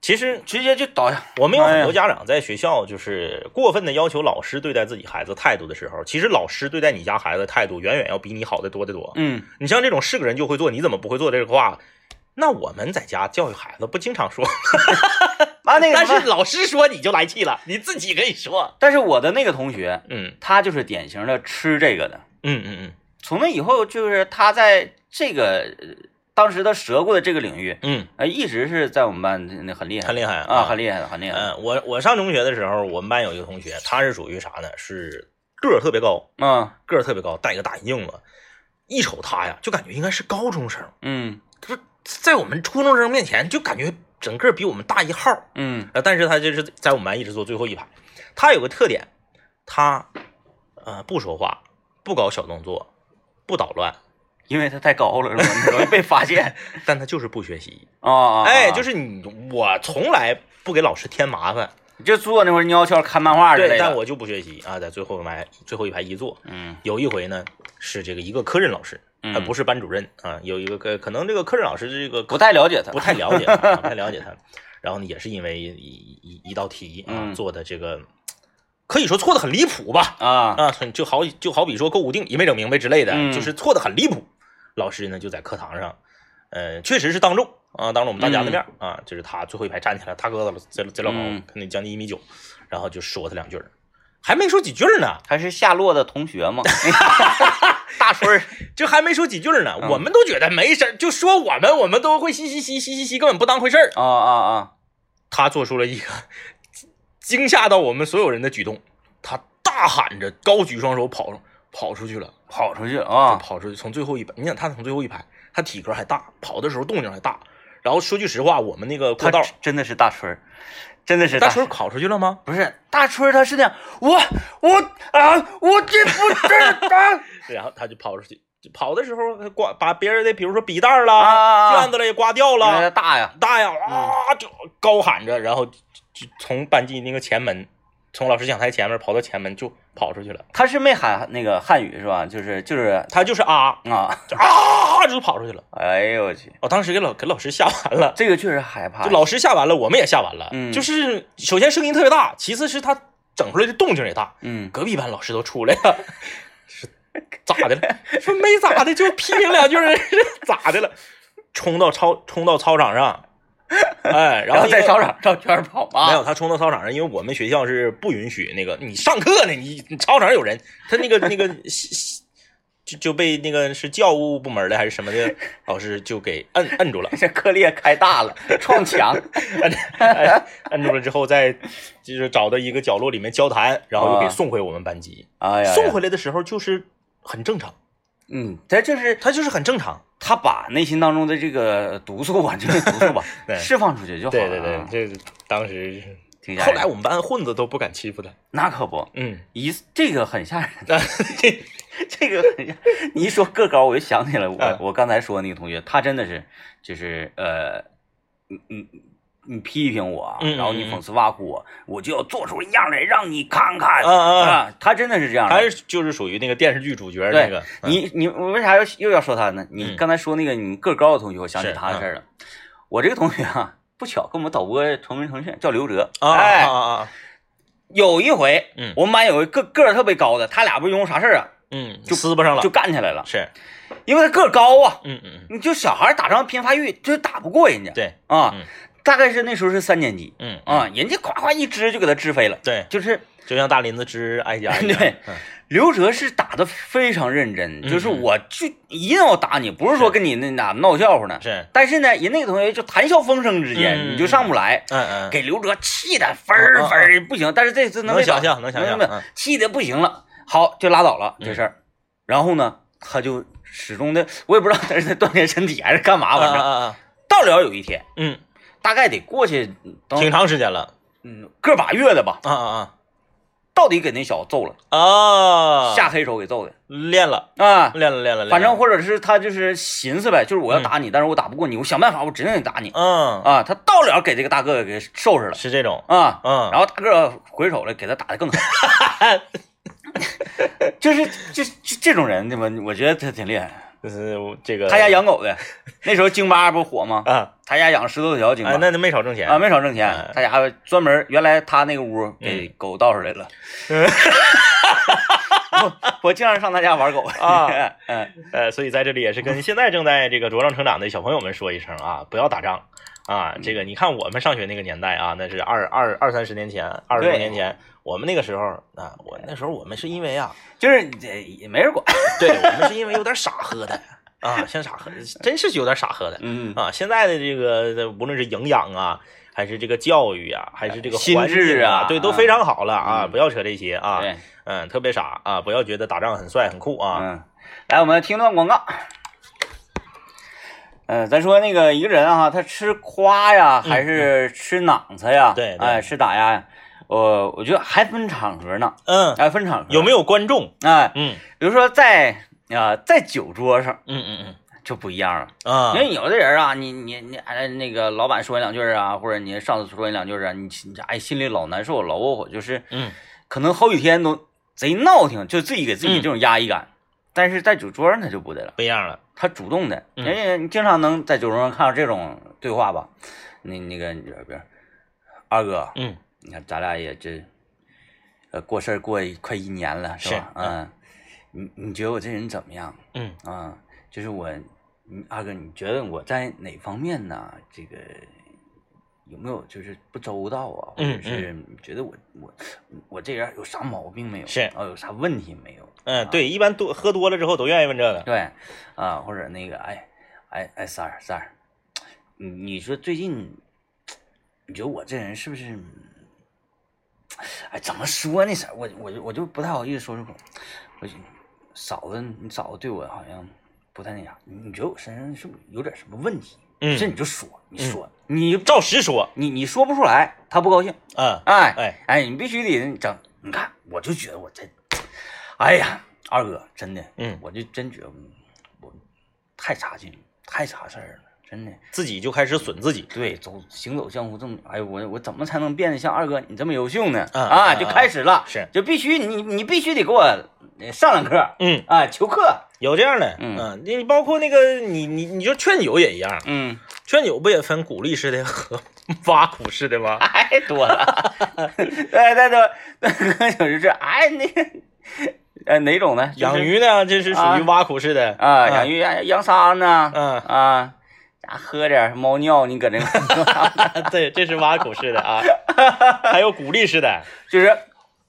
Speaker 2: 其实
Speaker 1: 直接就倒下，
Speaker 2: 我们有很
Speaker 1: 哎呀
Speaker 2: 多家长在学校就是过分的要求老师对待自己孩子态度的时候，其实老师对待你家孩子态度远远要比你好的多得多。
Speaker 1: 嗯，
Speaker 2: 你像这种是个人就会做，你怎么不会做这个话？那我们在家教育孩子不经常说，
Speaker 1: 啊那个
Speaker 2: 但
Speaker 1: 什么
Speaker 2: 是老师说你就来气了，你自己可以说。
Speaker 1: 但是我的那个同学，
Speaker 2: 嗯
Speaker 1: 他就是典型的吃这个的，
Speaker 2: 嗯嗯
Speaker 1: 从那以后，就是他在这个呃当时他折过的这个领域，
Speaker 2: 嗯
Speaker 1: 呃，一直是在我们班那很厉
Speaker 2: 嗯，
Speaker 1: 害
Speaker 2: 很厉害
Speaker 1: 啊，很厉害的，很厉害的。
Speaker 2: 嗯，我我上中学的时候，我们班有一个同学，他是属于啥呢？是个儿特别高，
Speaker 1: 嗯
Speaker 2: 个儿特别高，戴个大眼镜子，一瞅他呀，就感觉应该是高中生。
Speaker 1: 嗯
Speaker 2: 就是在我们初中生面前，就感觉整个比我们大一号儿。
Speaker 1: 嗯
Speaker 2: 呃，但是他就是在我们班一直坐最后一排。他有个特点，他呃不说话，不搞小动作，不捣乱，
Speaker 1: 因为他太高了，是吧容易被发
Speaker 2: <laughs>
Speaker 1: 现
Speaker 2: 但他就是不学习。
Speaker 1: 啊啊。啊
Speaker 2: 哎，就是你，我从来不给老师添麻烦。
Speaker 1: 就坐那块儿悄悄看漫画之类
Speaker 2: 对，
Speaker 1: 的。
Speaker 2: 但我就不学习啊，在最后一排最后一排一坐。
Speaker 1: 嗯
Speaker 2: 有一回呢，是这个一个科任老师，
Speaker 1: 嗯
Speaker 2: 他呃不是班主任啊，有一个科可能这个科任老师这个
Speaker 1: 不太了解他
Speaker 2: 不。太了解他，啊不太了解
Speaker 1: <laughs>
Speaker 2: 他。然后呢，也是因为一一一一道题啊
Speaker 1: 嗯
Speaker 2: 做的这个，可以说错的很离谱吧？
Speaker 1: 啊，
Speaker 2: 啊，很就好就好比说购物定理没整明白之类的，
Speaker 1: 嗯
Speaker 2: 就是错的很离谱。老师呢就在课堂上，呃，确实是当众啊，当着我们大家的面、啊，就是他最后一排站起来，他哥子贼贼老高
Speaker 1: 嗯，
Speaker 2: 可能将近一米九，然后就说他两句儿，还没说几句儿呢，
Speaker 1: 还是夏洛的同学嘛， <laughs> 大春
Speaker 2: <laughs>
Speaker 1: 儿
Speaker 2: 这还没说几句儿呢，
Speaker 1: 嗯
Speaker 2: 我们都觉得没事儿，就说我们，我们都会嘻嘻嘻嘻嘻嘻，根本不当回事儿。
Speaker 1: 啊啊啊！
Speaker 2: 他做出了一个惊吓到我们所有人的举动，他大喊着，高举双手跑跑出去了，
Speaker 1: 跑出去
Speaker 2: 就
Speaker 1: 啊！
Speaker 2: 跑出去，从最后一排，你想他从最后一排，他体格还大，跑的时候动静还大。然后说句实话，我们那个
Speaker 1: 他
Speaker 2: 过道，
Speaker 1: 真的是大春儿，真的是
Speaker 2: 大
Speaker 1: 大
Speaker 2: 春跑出去了吗？
Speaker 1: 不是大春，他是那样，我我啊，我这不是
Speaker 2: <laughs>
Speaker 1: 啊
Speaker 2: 然后他就跑出去，跑的时候他刮把别人的，比如说笔袋儿啦、
Speaker 1: 啊
Speaker 2: 卷子啦也刮掉了，
Speaker 1: 原来大呀，
Speaker 2: 大呀，啊，就高喊着，然后就就从班级那个前门，从老师讲台前面跑到前门就跑出去了。
Speaker 1: 他是没喊那个汉语是吧？就是就是
Speaker 2: 他就是啊
Speaker 1: 啊，
Speaker 2: 就啊，就跑出去了。
Speaker 1: 哎呦我去，
Speaker 2: 我、哦当时给老给老师吓
Speaker 1: <laughs>
Speaker 2: 完了，
Speaker 1: 这个确实害怕
Speaker 2: 就。老师吓完了，我们也吓完了。
Speaker 1: 哎嗯
Speaker 2: 就是首先声音特别大，其次是他整出来的动静也大，
Speaker 1: 嗯，
Speaker 2: 隔壁班老师都出来
Speaker 1: <laughs>
Speaker 2: 了，是咋的了？说没咋的，就批评两句儿， <laughs> 咋的了？冲到操冲到操场上，哎，然
Speaker 1: 然
Speaker 2: 后
Speaker 1: 后
Speaker 2: 因为
Speaker 1: 在操场照圈跑
Speaker 2: 没
Speaker 1: 嘛。
Speaker 2: 有，他冲到操场上，因为我们学校是不允许那个你上课呢，你你操场上有人，他那个那个西西就就被那个是教务部门的还是什么的老师就给摁摁住了，
Speaker 1: 这割裂开大了，撞
Speaker 2: <laughs>
Speaker 1: 墙。
Speaker 2: 摁 <laughs> 摁摁住了之后，再就是找到一个角落里面交谈，然后又给
Speaker 1: 啊
Speaker 2: 送回我们班级。
Speaker 1: 哎呀，
Speaker 2: 送回来的时候就是很正常，
Speaker 1: <laughs> 嗯，他这是
Speaker 2: 他就是很正常。
Speaker 1: 他把内心当中的这个毒素吧，就是毒素吧
Speaker 2: <laughs> 对，
Speaker 1: 释放出去就好了
Speaker 2: 对
Speaker 1: 啊。
Speaker 2: 对对，这当时是
Speaker 1: 挺吓
Speaker 2: 后
Speaker 1: 人
Speaker 2: 来我们班混子都不敢欺负他。
Speaker 1: 那可不，
Speaker 2: 嗯，
Speaker 1: 一这个很吓人，
Speaker 2: 啊，这
Speaker 1: 这个很吓。你一说个高，我就想起来我、
Speaker 2: 嗯
Speaker 1: 我刚才说的那个同学，他真的是就是呃，嗯嗯。你批评我啊，
Speaker 2: 嗯
Speaker 1: 然后你
Speaker 2: 嗯
Speaker 1: 讽刺挖苦我，我就要做出一样来让你看看
Speaker 2: 啊啊啊！
Speaker 1: 啊！他真的是这样的，
Speaker 2: <laughs> 还是就是属于那个电视剧主角那个，嗯
Speaker 1: 你你为啥要又要说他呢？你
Speaker 2: 嗯
Speaker 1: 刚才说那个你个高的同学，我想起
Speaker 2: 是嗯
Speaker 1: 他的事儿了。我这个同学啊，不巧跟我们导播同名同姓，叫刘哲。
Speaker 2: 啊啊
Speaker 1: 哎，
Speaker 2: 啊啊，
Speaker 1: 有一回，
Speaker 2: 嗯
Speaker 1: 我们班有一个个儿特别高的，他俩不是因为啥事儿啊，
Speaker 2: 嗯，就撕巴上了，
Speaker 1: 就干起来了。
Speaker 2: 是，
Speaker 1: 因为他个儿高啊，
Speaker 2: 嗯嗯嗯，
Speaker 1: 你就小孩打仗拼发育，就是打不过人家
Speaker 2: 对，
Speaker 1: 啊
Speaker 2: 嗯。
Speaker 1: 大概是那时候是三年级
Speaker 2: 嗯
Speaker 1: 啊，，人家夸夸一支就给他支飞了，
Speaker 2: 对，
Speaker 1: 就是。
Speaker 2: 就像大林子之哀家一
Speaker 1: <laughs>
Speaker 2: 样，
Speaker 1: 对
Speaker 2: 嗯，
Speaker 1: 刘哲是打的非常认真，
Speaker 2: 嗯
Speaker 1: 就是我就一定要打你，不是说跟你那哪闹笑话呢，
Speaker 2: 是，
Speaker 1: 但是呢，人那个同学就谈笑风生之间，
Speaker 2: 嗯
Speaker 1: 你就上不来，
Speaker 2: 嗯嗯，
Speaker 1: 给刘哲气的分儿
Speaker 2: 嗯嗯
Speaker 1: 分儿不行。但是这次
Speaker 2: 能
Speaker 1: 被
Speaker 2: 想
Speaker 1: 打
Speaker 2: 象能想象
Speaker 1: 没有
Speaker 2: 嗯
Speaker 1: 气的不行了，好就拉倒了
Speaker 2: 嗯
Speaker 1: 这事儿。然后呢，他就始终的，我也不知道他是在锻炼身体还是干嘛，
Speaker 2: 啊
Speaker 1: 反
Speaker 2: 啊
Speaker 1: 正
Speaker 2: 啊啊，
Speaker 1: 到了有一天，
Speaker 2: 嗯，
Speaker 1: 大概得过去等
Speaker 2: 挺长时间了，
Speaker 1: 嗯个把月的吧，
Speaker 2: 啊啊
Speaker 1: 到底给那小子揍了，
Speaker 2: 啊，啊，嗯
Speaker 1: 下黑手给揍的
Speaker 2: 练了
Speaker 1: 啊。
Speaker 2: 练了练了，练了
Speaker 1: 反正或者是他就是寻思呗，就是我要打你，但是我打不过你，我想办法，我指定得打你
Speaker 2: 嗯
Speaker 1: 啊。他到了给这个大哥给收拾了
Speaker 2: 是这种，
Speaker 1: 啊。
Speaker 2: 嗯，
Speaker 1: 然后大个儿回手了，给他打得更狠。
Speaker 2: <laughs>
Speaker 1: 就是就是就这种人，对吧？我觉得他挺厉害。
Speaker 2: 就是我这个
Speaker 1: 他家养狗的，那时候京巴不火吗？
Speaker 2: 啊，
Speaker 1: 他家养十多条京巴，
Speaker 2: 哎，那那没少挣钱
Speaker 1: 啊没少挣钱
Speaker 2: 哎。嗯
Speaker 1: 他家专门原来他那个屋给狗倒出来了。 <laughs> 我我经常上他家玩狗 <laughs>
Speaker 2: 啊
Speaker 1: 嗯，
Speaker 2: 呃，所以在这里也是跟现在正在这个茁壮成长的小朋友们说一声啊，不要打仗啊！这
Speaker 1: 嗯
Speaker 2: 个你看我们上学那个年代啊，那是二二二三十年前，二十多
Speaker 1: 对
Speaker 2: 年前，我们那个时候啊，我那时候我们是因为啊，
Speaker 1: 就是你这也没人管。
Speaker 2: 对我们是因为有点傻喝的啊，像傻喝，真是有点傻喝的
Speaker 1: 嗯，
Speaker 2: <laughs> 啊！现在的这个无论是营养啊，还是这个教育啊，还是这个
Speaker 1: 心
Speaker 2: 环境
Speaker 1: 智啊
Speaker 2: 啊，对，都非常好了啊！
Speaker 1: 嗯
Speaker 2: 不要扯这些啊，
Speaker 1: 对，
Speaker 2: 嗯，特别傻啊！不要觉得打仗很帅很酷啊，
Speaker 1: 嗯，来，我们听段广告。呃，咱说那个一个人啊，他吃夸呀，还是吃囊子呀？
Speaker 2: 嗯对对
Speaker 1: 哎、吃打压呀？我、我觉得还分场合呢，
Speaker 2: 嗯，
Speaker 1: 哎，分场合
Speaker 2: 有没有观众？
Speaker 1: 有？哎、
Speaker 2: 嗯
Speaker 1: 比如说在啊、在酒桌上
Speaker 2: 嗯嗯嗯。
Speaker 1: 就不一样了，
Speaker 2: 啊
Speaker 1: 因，为有的人啊，你你你哎，那个老板说你两句啊，或者你上司说你两句啊，你你哎心里老难受，老窝火，就是
Speaker 2: 嗯，
Speaker 1: 可能好几天都贼闹挺，就自己给自
Speaker 2: 嗯
Speaker 1: 己这种压抑感。但是在酒桌上他就不得了。
Speaker 2: 不一样了。
Speaker 1: 他主动的，
Speaker 2: 嗯
Speaker 1: 人家你经常能在酒桌上看到这种对话吧？那那个比如二哥，
Speaker 2: 嗯
Speaker 1: 你看咱俩也这，呃，过事儿过一快一年了，是吧？
Speaker 2: 是
Speaker 1: 嗯，你你觉得我这人怎么样？
Speaker 2: 嗯
Speaker 1: 啊，就是我，你二哥，你觉得我在哪方面呢？这个有没有就是不周到啊？或
Speaker 2: 嗯
Speaker 1: 者是你觉得我我我这人有啥毛病没有？
Speaker 2: 是
Speaker 1: 啊，有啥问题没有？
Speaker 2: 嗯，对，一般多喝多了之后都愿意问这个。
Speaker 1: 对，啊，或者那个，哎，哎哎，三儿三儿，你你说最近，你觉得我这人是不是？哎，怎么说呢？三儿，我我就我就不太好意思说出口。我就嫂子，你嫂子对我好像不太那啥。你你觉得我身上是不是有点什么问题？
Speaker 2: 嗯
Speaker 1: 这你就说，你
Speaker 2: 嗯
Speaker 1: 说，你
Speaker 2: 照实说，
Speaker 1: 你你说不出来，他不高兴。
Speaker 2: 嗯，
Speaker 1: 哎
Speaker 2: 哎
Speaker 1: 哎，你必须得整。你看，我就觉得我这，哎呀，二哥，真的，
Speaker 2: 嗯
Speaker 1: 我就真觉得我太差劲了，太差事儿了，真的。
Speaker 2: 自己就开始损自己。
Speaker 1: 对，走行走江湖这么，哎呦，我我怎么才能变得像二哥你这么优秀呢？
Speaker 2: 啊
Speaker 1: 啊，
Speaker 2: 啊
Speaker 1: 就开始了，
Speaker 2: 是
Speaker 1: 就必须你你必须得给我呃上两课，
Speaker 2: 嗯，
Speaker 1: 啊，求课，
Speaker 2: 有这样的，
Speaker 1: 嗯
Speaker 2: 嗯，你包括那个你你你就劝酒也一样， <laughs>
Speaker 1: 嗯，
Speaker 2: 劝酒不也分鼓励式的和 <laughs> 挖苦式的吗？
Speaker 1: 太多了， <laughs> 对对对，那有就是哎那个呃哪种呢？就是
Speaker 2: 养鱼呢，这是属于
Speaker 1: 啊
Speaker 2: 挖苦式的
Speaker 1: 啊，养，鱼养养啥呢？
Speaker 2: 嗯
Speaker 1: <laughs> 啊，家喝点儿猫尿，你搁那 <laughs> 块儿
Speaker 2: 对，
Speaker 1: <laughs>
Speaker 2: 这是挖苦式的啊，还有鼓励式的，
Speaker 1: 就是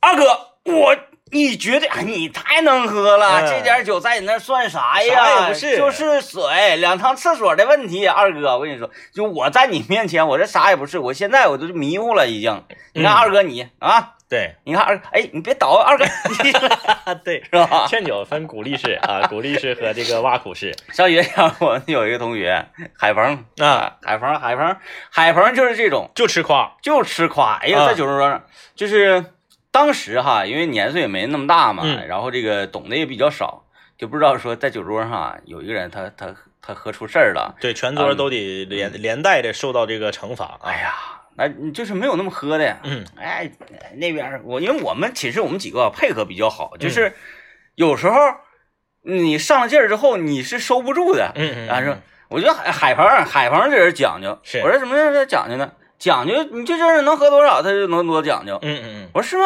Speaker 1: 二哥，我你觉得哎你太能喝了，
Speaker 2: 嗯
Speaker 1: 这点酒在你那儿算啥呀？
Speaker 2: 啥也不是
Speaker 1: 就是水，两趟厕所的问题。二哥，我跟你说，就我在你面前，我这啥也不是，我现在我都迷糊了已经。你看
Speaker 2: 嗯
Speaker 1: 二哥你啊，
Speaker 2: 对
Speaker 1: 你看二，哎，你别倒啊，二哥， <laughs> 你是
Speaker 2: 对，
Speaker 1: 吧？
Speaker 2: 劝酒分古力式啊，古力式和这个挖苦
Speaker 1: <laughs>
Speaker 2: 式
Speaker 1: 上学前我们有一个同学，海鹏
Speaker 2: 啊，，
Speaker 1: 海鹏，海鹏，海鹏就是这种，
Speaker 2: 就吃夸，
Speaker 1: 就吃夸。哎呀，
Speaker 2: 啊
Speaker 1: 在酒桌上，就是当时哈，因为年岁也没那么大嘛，
Speaker 2: 嗯
Speaker 1: 然后这个懂得也比较少，就不知道说在酒桌上哈有一个人他他他喝出事儿了，
Speaker 2: 对，全桌都得连
Speaker 1: 嗯
Speaker 2: 连带着受到这个惩罚
Speaker 1: 哎
Speaker 2: 啊。
Speaker 1: 呀，那你就是没有那么喝的，
Speaker 2: 嗯
Speaker 1: 哎，那边儿我因为我们寝室我们几个配合比较好，
Speaker 2: 嗯
Speaker 1: 就是有时候你上了劲儿之后你是收不住的，
Speaker 2: 嗯嗯，
Speaker 1: 啊，
Speaker 2: 嗯
Speaker 1: 是，我觉得海海鹏海鹏这人讲究，
Speaker 2: 是
Speaker 1: 我说什么叫讲究呢？讲究你这人能喝多少，他就能多讲究。
Speaker 2: 嗯嗯嗯，
Speaker 1: 我说是吗？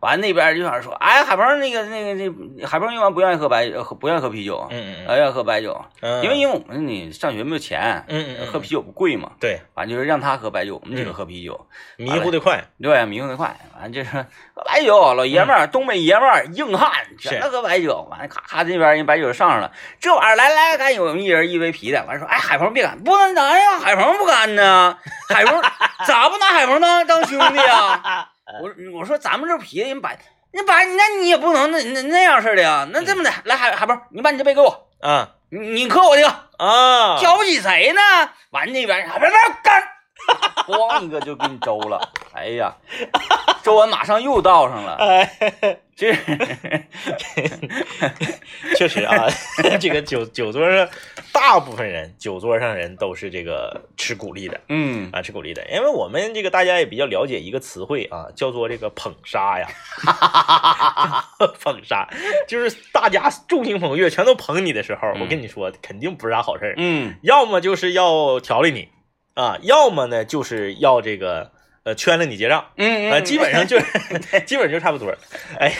Speaker 1: 完那边就想说，哎，海鹏那个那个那海鹏一般不愿意喝白，呃喝不愿意喝啤酒啊，
Speaker 2: 嗯
Speaker 1: 呃，愿意喝白酒，
Speaker 2: 嗯，
Speaker 1: 因为因为我们你上学没有钱，
Speaker 2: 嗯嗯嗯
Speaker 1: 喝啤酒不贵嘛，
Speaker 2: 对
Speaker 1: 完就是让他喝白酒，我们几个
Speaker 2: 嗯
Speaker 1: 喝啤酒，
Speaker 2: 迷糊的快，
Speaker 1: 对，迷糊的快，完就是喝白酒，老爷们儿，东北爷们儿，硬汉，全都喝白酒。完，咔咔，这边人白酒上上了，这玩意儿来来来，有一人一杯啤的。完说，哎，海鹏别干，不能拿呀，海鹏不干呢，海鹏咋不拿海鹏当当兄弟啊？我我说咱们这啤的人白，那白那你也不能那那那样似的呀。那这么的，来海海鹏，你把你这杯给我，
Speaker 2: 啊
Speaker 1: 你你喝我这个，
Speaker 2: 啊，
Speaker 1: 瞧不起谁呢？完那边啊还别别干， <laughs> 咣一个就给你周了。哎呀，周完马上又倒上了，
Speaker 2: 哎，
Speaker 1: 这 <laughs>
Speaker 2: 确实啊， <laughs> 这个酒酒桌上大部分人，酒桌上人都是这个吃鼓励的
Speaker 1: 嗯，
Speaker 2: 啊，吃鼓励的，因为我们这个大家也比较了解一个词汇啊，叫做这个捧杀呀，捧杀就是大家众星捧月，全都捧你的时候，我跟你说，肯定不是啥好事儿，
Speaker 1: 嗯
Speaker 2: 要么就是要调理你啊，要么呢就是要这个呃圈了你结账。
Speaker 1: 嗯
Speaker 2: 呃，基本上就是 <laughs> 基本就差不多。哎，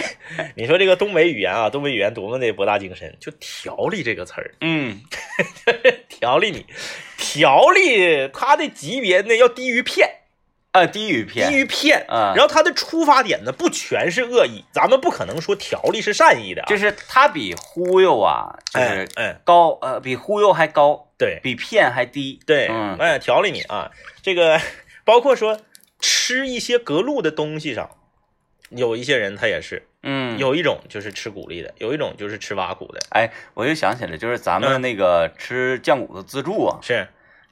Speaker 2: 你说这个东北语言啊，东北语言多么的博大精深，就“条例”这个词儿，
Speaker 1: 嗯
Speaker 2: 条例你，条例它的级别呢要低于骗，
Speaker 1: 啊，低语
Speaker 2: 低
Speaker 1: 篇，
Speaker 2: 于骗。
Speaker 1: 啊
Speaker 2: 然后它的出发点呢不全是恶意，咱们不可能说条例是善意的、啊，
Speaker 1: 就是他比忽悠啊，就
Speaker 2: 哎
Speaker 1: 是
Speaker 2: 哎，
Speaker 1: 高，呃，比忽悠还高，
Speaker 2: 对
Speaker 1: 比骗还低，
Speaker 2: 对，
Speaker 1: 嗯
Speaker 2: 哎，条理你啊，这个包括说吃一些隔路的东西上，有一些人他也是，
Speaker 1: 嗯，。
Speaker 2: 有一种就是吃鼓励的，有一种就是吃挖苦的，
Speaker 1: 哎，我又想起来，就是咱们
Speaker 2: 嗯
Speaker 1: 那个吃酱骨头自助啊，
Speaker 2: 是。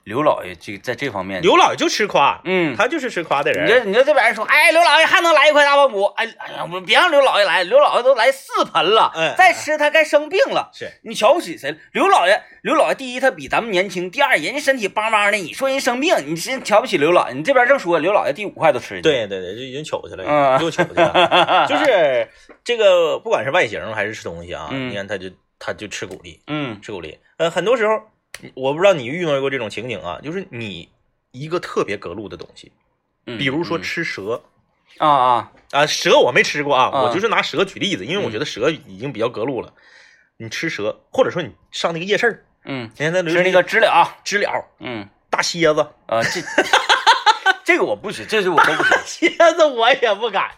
Speaker 1: 刘老爷这在这方面，
Speaker 2: 刘老爷就吃夸，
Speaker 1: 嗯，
Speaker 2: 他就是吃夸的
Speaker 1: 你就
Speaker 2: 人。
Speaker 1: 你就这边人说，哎，刘老爷还能来一块大棒骨，哎哎呀，我别让刘老爷来，刘老爷都来四盆了，
Speaker 2: 嗯
Speaker 1: 再吃他该生病了。
Speaker 2: 是
Speaker 1: 你瞧不起谁了？刘老爷，刘老爷第一他比咱们年轻，第二人家身体邦邦的，你说人生病，你是瞧不起刘老爷？你这边正说刘老爷第五块都吃进去，
Speaker 2: 对对对，就已经糗去了，
Speaker 1: 嗯
Speaker 2: 又糗去
Speaker 1: <laughs>
Speaker 2: 了。就是这个，不管是外形还是吃东西啊，
Speaker 1: 嗯
Speaker 2: 你看他就他就吃鼓励，
Speaker 1: 嗯
Speaker 2: 吃鼓励。呃，很多时候我不知道你遇到过这种情景啊，就是你一个特别隔路的东西，
Speaker 1: 嗯，
Speaker 2: 比如说
Speaker 1: 嗯
Speaker 2: 吃蛇
Speaker 1: 啊啊，
Speaker 2: 啊，蛇我没吃过啊，
Speaker 1: 啊嗯
Speaker 2: 我就是拿蛇举例子，因为我觉得蛇已经比较隔路了。你吃蛇，或者说你上那个夜市儿，
Speaker 1: 嗯，
Speaker 2: 你看那
Speaker 1: 吃那个知了，
Speaker 2: 知了、
Speaker 1: 嗯
Speaker 2: 大蝎子， <laughs>
Speaker 1: 啊，这这个我不行，这是我都不行，
Speaker 2: <laughs> 蝎子我也不敢，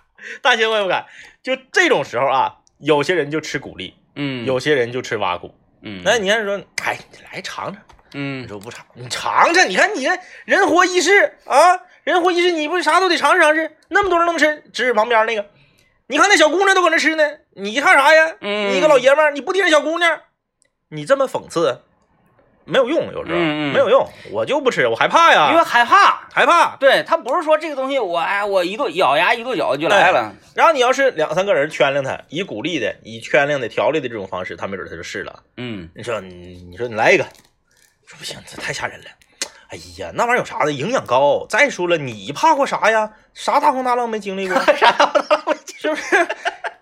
Speaker 2: 大蝎我也不敢。就这种时候啊，有些人就吃鼓励，
Speaker 1: 嗯，
Speaker 2: 有些人就吃挖苦。
Speaker 1: 嗯，
Speaker 2: 那你看说，哎，你来尝尝，你
Speaker 1: 嗯
Speaker 2: 说不尝，你尝尝，你看你这人活一世啊，人活一世，你不啥都得尝试尝试。那么多人能吃，指指旁边那个，你看那小姑娘都搁那吃呢，你看啥呀？
Speaker 1: 嗯
Speaker 2: 你一个老爷们儿，你不盯着小姑娘，你这么讽刺没有用，有时候、
Speaker 1: 嗯嗯
Speaker 2: 没有用，我就不吃，我害怕呀，
Speaker 1: 因为害怕。
Speaker 2: 害怕。
Speaker 1: 对他不是说这个东西我哎我一跺咬牙一跺脚就来了，
Speaker 2: 然后你要是两三个人圈领他，以鼓励的、以圈领的、条例的这种方式，他没准他就试了。
Speaker 1: 嗯
Speaker 2: 你说，你你说你来一个，说不行，这太吓人了。哎呀，那玩意儿有啥的？营养高。再说了，你怕过啥呀？啥大风大浪没经
Speaker 1: <laughs>
Speaker 2: 历过？ <laughs> 啥大风大浪没经历？是不是？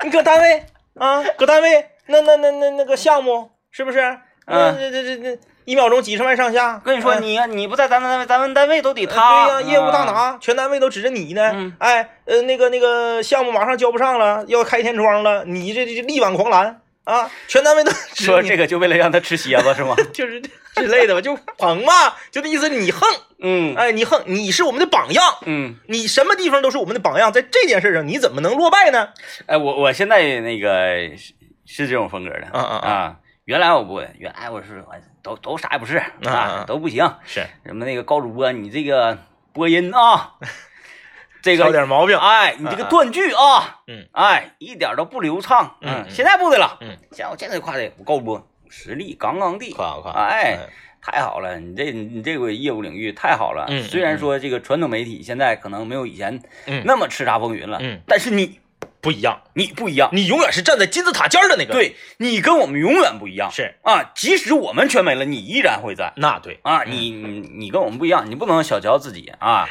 Speaker 2: 你搁单位啊，搁单位那那那那那个项目是不是？
Speaker 1: 嗯
Speaker 2: 那这这这这一秒钟几十万上下。
Speaker 1: 跟你说，
Speaker 2: 嗯
Speaker 1: 你你不在咱们单位，咱们单位都得嗯他。
Speaker 2: 呃对呀、业务大
Speaker 1: <laughs> 拿。
Speaker 2: 拿，全单位都指着你呢。
Speaker 1: 嗯
Speaker 2: 哎，呃，那个那个项目马上交不上了，要开天窗了，你这这这力挽狂澜啊！全单位都指
Speaker 1: 说
Speaker 2: 着你
Speaker 1: 这个就为了让他吃蝎子是吗？
Speaker 2: 就是这 <laughs> 之类的吧，就捧嘛，就那意思，你横，
Speaker 1: <laughs> 嗯
Speaker 2: 哎，你横，你是我们的榜样，
Speaker 1: 嗯，
Speaker 2: 你什么地方都是我们的榜样，在这件事上你怎么能落败呢？
Speaker 1: 哎，我我现在那个是是这种风格的
Speaker 2: 啊啊啊
Speaker 1: 啊。原来我不，原来我是哎都都啥也不是
Speaker 2: 啊
Speaker 1: 啊，都不行。
Speaker 2: 是，
Speaker 1: 什么那个高主播，你这个播音啊，这
Speaker 2: 挑
Speaker 1: 个
Speaker 2: 点毛病，
Speaker 1: <laughs>
Speaker 2: 啊
Speaker 1: 哎，你这个断句啊，
Speaker 2: 嗯，
Speaker 1: 哎，一点都不流畅，
Speaker 2: 嗯嗯
Speaker 1: 现在不对了，
Speaker 2: 嗯，
Speaker 1: 现在我现在夸的我高主播实力杠杠的，
Speaker 2: 夸嗯夸，
Speaker 1: 哎，太好了，你这你这个业务领域太好了，
Speaker 2: 嗯
Speaker 1: 虽然说这个传统媒体现在可能没有以前
Speaker 2: 嗯
Speaker 1: 那么叱咤风云了，
Speaker 2: 嗯
Speaker 1: 但是你
Speaker 2: 不一样，
Speaker 1: 你不一样，
Speaker 2: 你永远是站在金字塔尖儿的那个，，
Speaker 1: 对你跟我们永远不一样，
Speaker 2: 嗯是，嗯
Speaker 1: 啊，即使我们全没了，你依然会在。
Speaker 2: 那对。
Speaker 1: 啊，你你你跟我们不一样，你不能小瞧自己啊！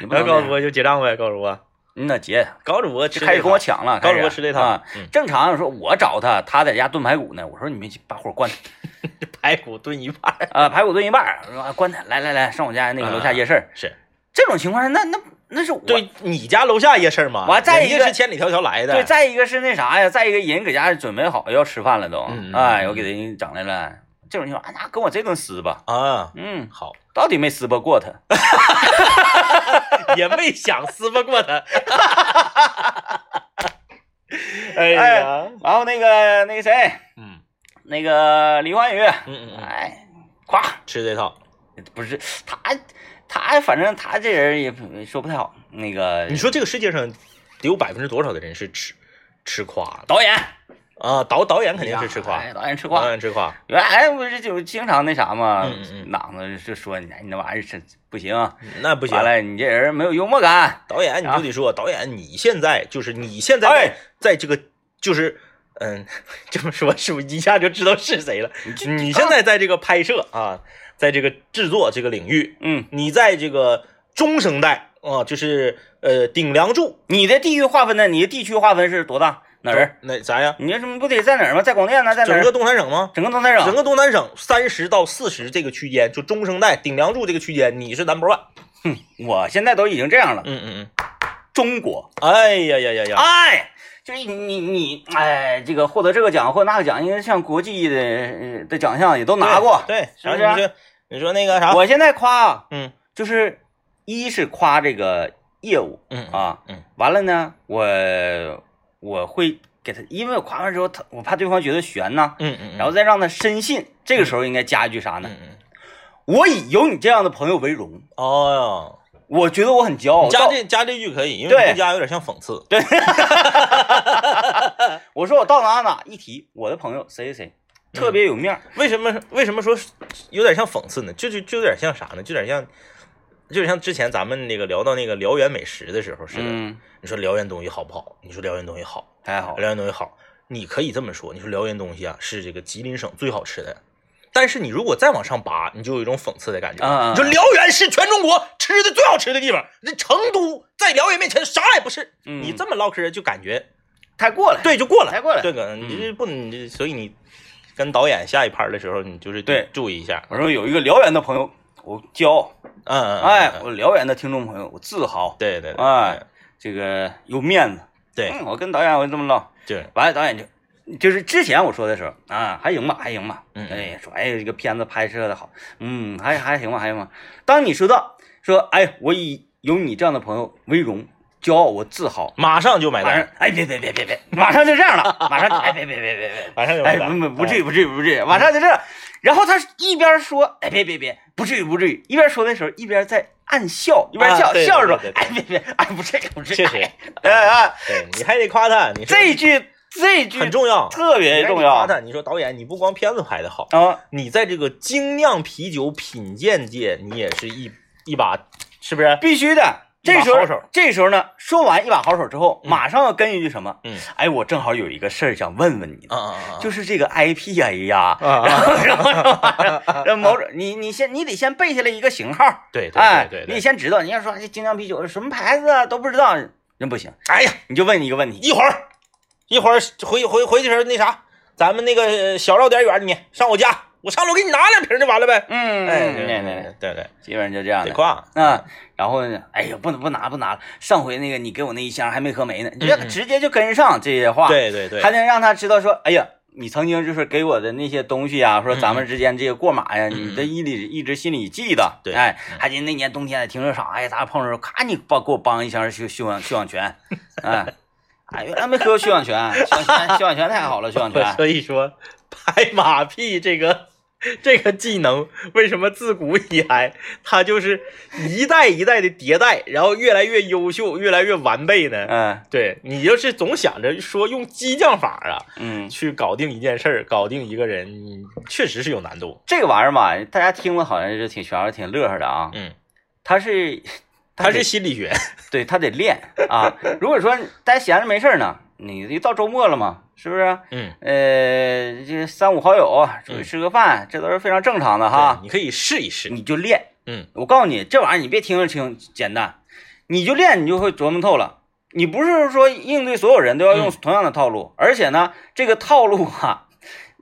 Speaker 1: 你
Speaker 2: <laughs>
Speaker 1: 不
Speaker 2: 那
Speaker 1: 能
Speaker 2: 高主播就结账呗，高主播，
Speaker 1: 那姐
Speaker 2: 高主播
Speaker 1: 就
Speaker 2: 吃
Speaker 1: 开
Speaker 2: 这
Speaker 1: 始跟我
Speaker 2: 套
Speaker 1: 抢了，
Speaker 2: 高
Speaker 1: 开
Speaker 2: 主
Speaker 1: 始
Speaker 2: 播吃这套
Speaker 1: 啊
Speaker 2: 嗯
Speaker 1: 正常说，我找他，他在家炖排骨呢。我说你们把火
Speaker 2: <laughs>
Speaker 1: 关
Speaker 2: 排骨炖一半儿，
Speaker 1: 啊，排骨炖一半儿，我说啊关他，来来来，上我家那个楼下夜市儿。
Speaker 2: 是
Speaker 1: 这种情况下，那那那是我
Speaker 2: 对你家楼下夜市嘛，
Speaker 1: 我再一
Speaker 2: 人
Speaker 1: 个
Speaker 2: 家是千里迢迢来的，
Speaker 1: 对，再一个是那啥呀，再一个人搁家准备好要吃饭了都，
Speaker 2: 嗯嗯
Speaker 1: 哎，
Speaker 2: 嗯
Speaker 1: 我给人整来了。这种情况，啊那跟我这顿撕吧，
Speaker 2: 啊，
Speaker 1: 嗯，
Speaker 2: 好，
Speaker 1: 到底没撕巴过他。
Speaker 2: <laughs> 也没想撕巴过他。 <laughs> 哎
Speaker 1: 呀，然后那个那个谁，
Speaker 2: 嗯
Speaker 1: 那个李欢宇，
Speaker 2: 嗯嗯，
Speaker 1: 哎，夸，
Speaker 2: 吃这套。
Speaker 1: 不是他，他反正他这人也不说不太好。那个
Speaker 2: 你说这个世界上得有百分之多少的人是吃吃夸的
Speaker 1: 导演
Speaker 2: 啊？导导演肯定是吃夸，
Speaker 1: 哎导演吃
Speaker 2: 导
Speaker 1: 夸。
Speaker 2: 演吃夸。
Speaker 1: 原来不是就经常那啥嘛
Speaker 2: 嗯嗯，嗯
Speaker 1: 脑子就说你哎你那玩意儿是不行，
Speaker 2: 那不行
Speaker 1: 完，了你这人没有幽默感。
Speaker 2: 导演你就得说，导演你现在就是你现在
Speaker 1: 哎
Speaker 2: 在在这个就是。嗯， <laughs> 这么说是不是一下就知道是谁了？你现在在这个拍摄啊，在这个制作这个领域，
Speaker 1: 嗯，
Speaker 2: 你在这个中生代啊，就是呃顶梁柱
Speaker 1: 你的地域划分呢？你的地区划分是多大？哪儿？？
Speaker 2: 那啥呀？
Speaker 1: 你这不得在哪儿吗？在广电呢？在哪
Speaker 2: 整
Speaker 1: 儿
Speaker 2: 个？东三省吗？
Speaker 1: 整个东三省。
Speaker 2: 整个东三省三十到四十这个区间，就中生代顶梁柱这个区间，你是 number one。
Speaker 1: 我现在都已经这样了。
Speaker 2: 嗯嗯
Speaker 1: 中国，
Speaker 2: 嗯。哎呀呀呀呀！
Speaker 1: 哎，就是你你你，哎，这个获得这个奖或那个奖，因为像国际的呃的奖项也都拿过。
Speaker 2: 对，
Speaker 1: 是
Speaker 2: 然
Speaker 1: 不
Speaker 2: 后
Speaker 1: 是
Speaker 2: 你说你说那个啥，
Speaker 1: 我现在夸啊，
Speaker 2: 啊嗯
Speaker 1: 就是一是夸这个业务
Speaker 2: 嗯啊
Speaker 1: 啊，
Speaker 2: 嗯，
Speaker 1: 完了呢，我我会给他，因为我夸完之后，他我怕对方觉得悬呐，
Speaker 2: 嗯嗯，
Speaker 1: 然后再让他深信。这个时候应该加一句啥呢
Speaker 2: 嗯？嗯，
Speaker 1: 我以有你这样的朋友为荣，
Speaker 2: 哦
Speaker 1: 我觉得我很骄
Speaker 2: 哟，
Speaker 1: 傲。
Speaker 2: 加
Speaker 1: 到
Speaker 2: 这加这句可以，因为
Speaker 1: 对
Speaker 2: 不加有点像讽刺。
Speaker 1: 我说我到哪哪一提我的朋友谁谁谁，
Speaker 2: 嗯
Speaker 1: 特别有面儿。
Speaker 2: 为什么为什么说有点像讽刺呢？就就就有点像啥呢？就有点像，就有点像之前咱们那个聊到那个辽源美食的时候似的。
Speaker 1: 嗯，
Speaker 2: 你说辽源东西好不好？你说辽源东西好，
Speaker 1: 太好了。
Speaker 2: 辽源东西好，你可以这么说，你说辽源东西啊是这个吉林省最好吃的。但是你如果再往上拔，你就有一种讽刺的感觉。
Speaker 1: 啊
Speaker 2: 你说辽源是全中国吃的最好吃的地方，这成都在辽源面前啥也不是。
Speaker 1: 嗯
Speaker 2: 你这么唠嗑就感觉
Speaker 1: 太过了。
Speaker 2: 对就过了，
Speaker 1: 太过了
Speaker 2: 这个你这不你这，所以你跟导演下一盘的时候，你就是
Speaker 1: 对
Speaker 2: 注意一下。
Speaker 1: 我说有一个辽源的朋友，我骄傲。
Speaker 2: 嗯嗯，嗯
Speaker 1: 哎，
Speaker 2: 嗯
Speaker 1: 我辽源的听众朋友，我自豪。<laughs>
Speaker 2: 对对对，
Speaker 1: 哎，这个有面子。
Speaker 2: 对
Speaker 1: 嗯，我跟导演我就这么唠，
Speaker 2: 对，
Speaker 1: 完了导演就就是之前我说的时候啊，还行吧，还行吧，
Speaker 2: 嗯嗯
Speaker 1: 哎，说哎这个片子拍摄的好，嗯，还还行吧，还行吧。当你说到说哎，我以有你这样的朋友为荣，骄傲，我自豪。
Speaker 2: 马上就买
Speaker 1: 马上
Speaker 2: 单，，
Speaker 1: 哎，别别别别别，马上就这样了，马上就，哎，别别别别别，
Speaker 2: 马上就买
Speaker 1: 哎，
Speaker 2: 单，嗯
Speaker 1: 不不不至于不至于不至于，马上就这样。然后他一边说，哎，别别别，不至于不至于，一边说的时候一边在暗笑，一边
Speaker 2: 啊
Speaker 1: 笑
Speaker 2: 对
Speaker 1: 笑着说
Speaker 2: 对对，
Speaker 1: 哎，别别，哎，不至于不至于，
Speaker 2: 确实，
Speaker 1: 哎啊，
Speaker 2: 对，你还得夸他，你说
Speaker 1: 这句这句
Speaker 2: 很重要，
Speaker 1: 特别哎重
Speaker 2: 你还
Speaker 1: 要
Speaker 2: 得夸他。你说导演，你不光片子拍的好，
Speaker 1: 啊，
Speaker 2: 你在这个精酿啤酒品鉴界，你也是一一把，是不是？
Speaker 1: 必须的。这时
Speaker 2: 一把好
Speaker 1: 候
Speaker 2: 手，
Speaker 1: 这时候呢，说完一把好手之后，马上要跟一句什么？
Speaker 2: 嗯，
Speaker 1: 哎，我正好有一个事儿想问问你，
Speaker 2: 啊啊
Speaker 1: 就是这个 IPA 呀，
Speaker 2: 啊啊！
Speaker 1: 然后然后某种你你先你得先背下来一个型号，
Speaker 2: 对对
Speaker 1: 哎
Speaker 2: 对，对
Speaker 1: 你
Speaker 2: 对
Speaker 1: 得，先知道。你要说哎这精酿啤酒什么牌子啊都不知道，那不行，
Speaker 2: 哎呀，
Speaker 1: 你就问一个问题，
Speaker 2: 一会儿，一会儿回回回去时候那啥，咱们那个呃小绕点远，你上我家，我上楼给你拿两瓶就完了呗。
Speaker 1: 嗯，
Speaker 2: 哎，
Speaker 1: 对对
Speaker 2: 对
Speaker 1: 对，
Speaker 2: 对对对对，嗯
Speaker 1: 基本上就这样
Speaker 2: 得
Speaker 1: 的。
Speaker 2: 夸。
Speaker 1: 啊，然后呢？哎呀，不能不拿不拿了。上回那个你给我那一箱还没喝没呢，你这
Speaker 2: 嗯嗯
Speaker 1: 直接就跟上这些话，，
Speaker 2: 对对对，
Speaker 1: 还能让他知道说，哎呀，你曾经就是给我的那些东西啊
Speaker 2: 嗯
Speaker 1: 呀，说咱们之间这些过马呀，你这一里一直心里记得。
Speaker 2: 对
Speaker 1: 哎，还记得那年冬天在停车场，哎，咱碰着，咔，你帮给我帮一箱血血氧血氧泉，哎，哎，原来没喝过血氧 <laughs> 泉，血氧泉血氧泉太好了，血氧泉。
Speaker 2: <laughs> 所以说，拍马屁这个这个技能，为什么自古以来它就是一代一代的迭代，然后越来越优秀，越来越完备呢？
Speaker 1: 嗯
Speaker 2: 对你就是总想着说用激将法啊，
Speaker 1: 嗯，
Speaker 2: 去搞定一件事儿，搞定一个人，你确实是有难度。
Speaker 1: 这个玩意儿吧，大家听了好像是挺悬的，挺乐呵的啊。
Speaker 2: 嗯，
Speaker 1: 它是
Speaker 2: 它
Speaker 1: 得
Speaker 2: 是心理学，
Speaker 1: 对他得练啊。如果说大家闲着没事儿呢，你一到周末了嘛，是不啊是？
Speaker 2: 嗯，
Speaker 1: 呃，这三五好友啊出去吃个饭，这都是非常正常的
Speaker 2: 对
Speaker 1: 哈。
Speaker 2: 你可以试一试。
Speaker 1: 你就练，
Speaker 2: 啊嗯，
Speaker 1: 我告诉你，这玩意儿你别听着听简单，你就练，你就会琢磨透了。你不是说应对所有人都要用
Speaker 2: 嗯
Speaker 1: 同样的套路，而且呢，这个套路啊，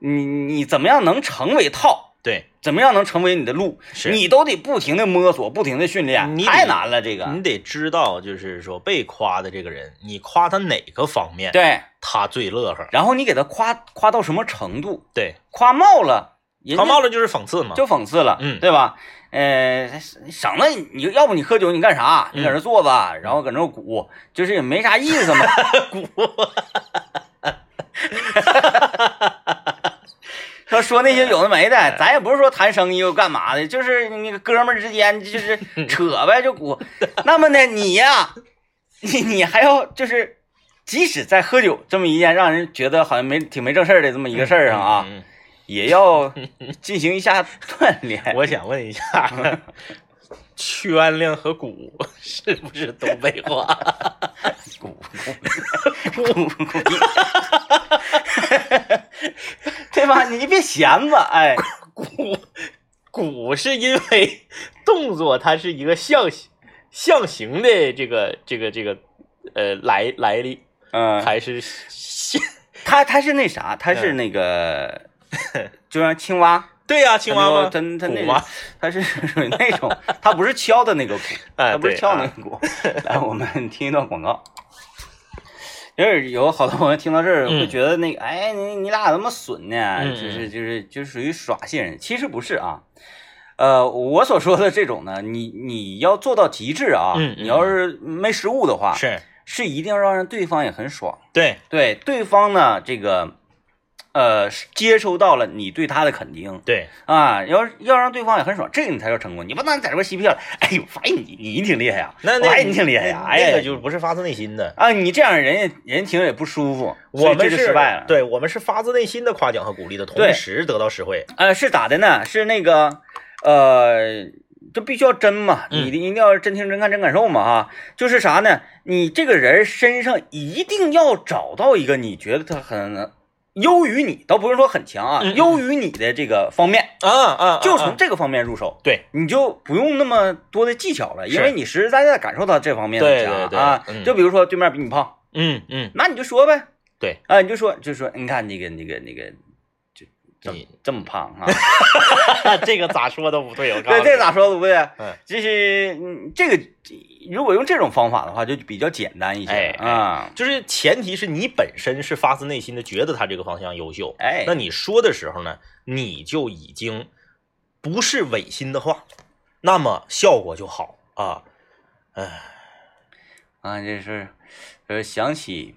Speaker 1: 你你怎么样能成为套？
Speaker 2: 对，
Speaker 1: 怎么样能成为你的路？
Speaker 2: 是
Speaker 1: 你都得不停的摸索，不停的训练，
Speaker 2: 你得
Speaker 1: 太难了这个。
Speaker 2: 你得知道，就是说被夸的这个人，你夸他哪个方面，
Speaker 1: 对，
Speaker 2: 他最乐呵。
Speaker 1: 然后你给他夸夸到什么程度？
Speaker 2: 对，
Speaker 1: 夸冒了，人
Speaker 2: 他冒
Speaker 1: 了
Speaker 2: 了就是讽刺嘛。
Speaker 1: 就讽刺了，
Speaker 2: 嗯
Speaker 1: 对吧？呃，省得你要不你喝酒你干啥？你
Speaker 2: 嗯
Speaker 1: 搁那坐着，然后搁那鼓，就是也没啥意思嘛。
Speaker 2: <laughs> 鼓，
Speaker 1: <laughs> 说说那些有的没的，
Speaker 2: 哎
Speaker 1: 咱也不是说谈生意又干嘛的，就是那个哥们儿之间
Speaker 2: <laughs>
Speaker 1: 就是扯呗，就鼓。那么呢，你呀、你你还要就是，即使在喝酒这么一件让人觉得好像没挺没正事儿的这么一个事儿上啊，
Speaker 2: 嗯，
Speaker 1: 也要进行一下锻炼。
Speaker 2: 我想问一下，圈亮和鼓是不是东北话？ <laughs>
Speaker 1: 鼓鼓鼓鼓，对吧？你别闲吧，哎，
Speaker 2: 鼓鼓是因为动作它是一个象形象形的这个这个这个呃来来历，
Speaker 1: 嗯，
Speaker 2: 还是象？
Speaker 1: 他他是那啥，他是那个，就像青蛙，
Speaker 2: 对呀、青蛙吗？
Speaker 1: 他那他
Speaker 2: 鼓
Speaker 1: 那
Speaker 2: 吗？
Speaker 1: 他是属于那种，他不是敲的那个鼓，
Speaker 2: 哎
Speaker 1: 他不是
Speaker 2: 对
Speaker 1: 敲那
Speaker 2: 啊
Speaker 1: 个鼓。来，我们听一段广告。就是有好多朋友听到这儿会
Speaker 2: 嗯
Speaker 1: 觉得那个，哎，你你俩怎么损呢？
Speaker 2: 嗯
Speaker 1: 就是就是就是属于耍新人，其实不是啊。呃，我所说的这种呢，你你要做到极致啊！
Speaker 2: 嗯嗯
Speaker 1: 你要是没失误的话，
Speaker 2: 是
Speaker 1: 是一定要让人对方也很爽。
Speaker 2: 对，
Speaker 1: 对，对方呢，这个呃，接收到了你对他的肯定，
Speaker 2: 对，
Speaker 1: 啊，要是要让对方也很爽，这个你才叫成功。你不能在这块嬉皮笑脸，哎呦，发现你你挺厉害呀、
Speaker 2: 那
Speaker 1: 我发
Speaker 2: 那
Speaker 1: 现你挺厉害呀、哎呀，
Speaker 2: 那个就不是发自内心的。
Speaker 1: 啊，你这样人家人家听着也不舒服，所
Speaker 2: 我
Speaker 1: 以这
Speaker 2: 们
Speaker 1: 就是失败了。，
Speaker 2: 对我们是发自内心的夸奖和鼓励的，同
Speaker 1: 对
Speaker 2: 时得到实惠。
Speaker 1: 呃，是咋的呢？是那个呃，这必须要真嘛，
Speaker 2: 嗯
Speaker 1: 你一定要真听真看真感受嘛哈。就是啥呢？你这个人身上一定要找到一个你觉得他很。优于你，倒不是说很强啊，
Speaker 2: 嗯嗯
Speaker 1: 优于你的这个方面，
Speaker 2: 啊啊
Speaker 1: 就从这个方面入手。
Speaker 2: 对
Speaker 1: 你就不用那么多的技巧了，
Speaker 2: 是
Speaker 1: 因为你实实在在感受到这方面的
Speaker 2: 对
Speaker 1: 强
Speaker 2: 对对
Speaker 1: 啊。
Speaker 2: 嗯
Speaker 1: 就比如说对面比你胖，
Speaker 2: 嗯 <laughs> 嗯，
Speaker 1: 那你就说呗。
Speaker 2: 对
Speaker 1: 啊，你就说就说，你看那个那个那个，就这么
Speaker 2: 你
Speaker 1: 这么胖
Speaker 2: <laughs>
Speaker 1: 啊？
Speaker 2: 这个咋说都不对，我告诉
Speaker 1: 对，
Speaker 2: 你，
Speaker 1: 这咋说对不对？
Speaker 2: 嗯，
Speaker 1: 就是嗯这个如果用这种方法的话，就比较简单一些
Speaker 2: 哎哎
Speaker 1: 啊。
Speaker 2: 就是前提是你本身是发自内心的觉得他这个方向优秀，
Speaker 1: 哎，
Speaker 2: 那你说的时候呢，你就已经不是违心的话，那么效果就好啊。哎，
Speaker 1: 啊，这是，呃，想起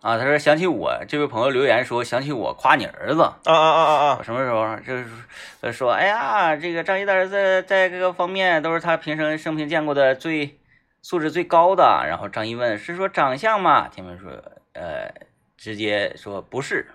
Speaker 1: 啊，他说想起我这位朋友留言说想起我夸你儿子，
Speaker 2: 啊啊啊啊
Speaker 1: 我
Speaker 2: 啊，
Speaker 1: 什么时候就是呃说，哎呀，这个张一的儿子在各个方面都是他平生生平见过的最素质最高的。然后张一问是说长相吗？天明说，呃，直接说不是，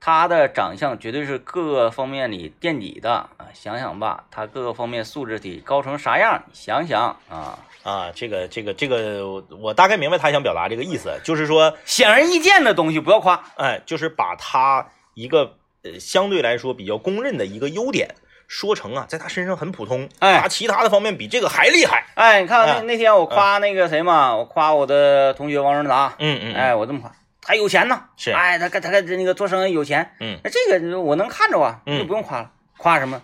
Speaker 1: 他的长相绝对是各个方面里垫底的啊。想想吧，他各个方面素质得高成啥样？你想想啊，
Speaker 2: 啊，这个这个这个，我我大概明白他想表达这个意思，就是说，
Speaker 1: 显而易见的东西不要夸。
Speaker 2: 哎，就是把他一个呃相对来说比较公认的一个优点。说成啊，在他身上很普通，
Speaker 1: 哎
Speaker 2: 他其他的方面比这个还厉害。
Speaker 1: 哎，你看那
Speaker 2: 哎
Speaker 1: 那天我夸那个谁嘛，我夸我的同学王仁达，
Speaker 2: 嗯嗯，
Speaker 1: 哎，我这么夸，他有钱呐，
Speaker 2: 是
Speaker 1: 哎，他干他干那个做生意有钱，
Speaker 2: 嗯，
Speaker 1: 那这个我能看着啊，
Speaker 2: 嗯
Speaker 1: 就不用夸了，夸什么？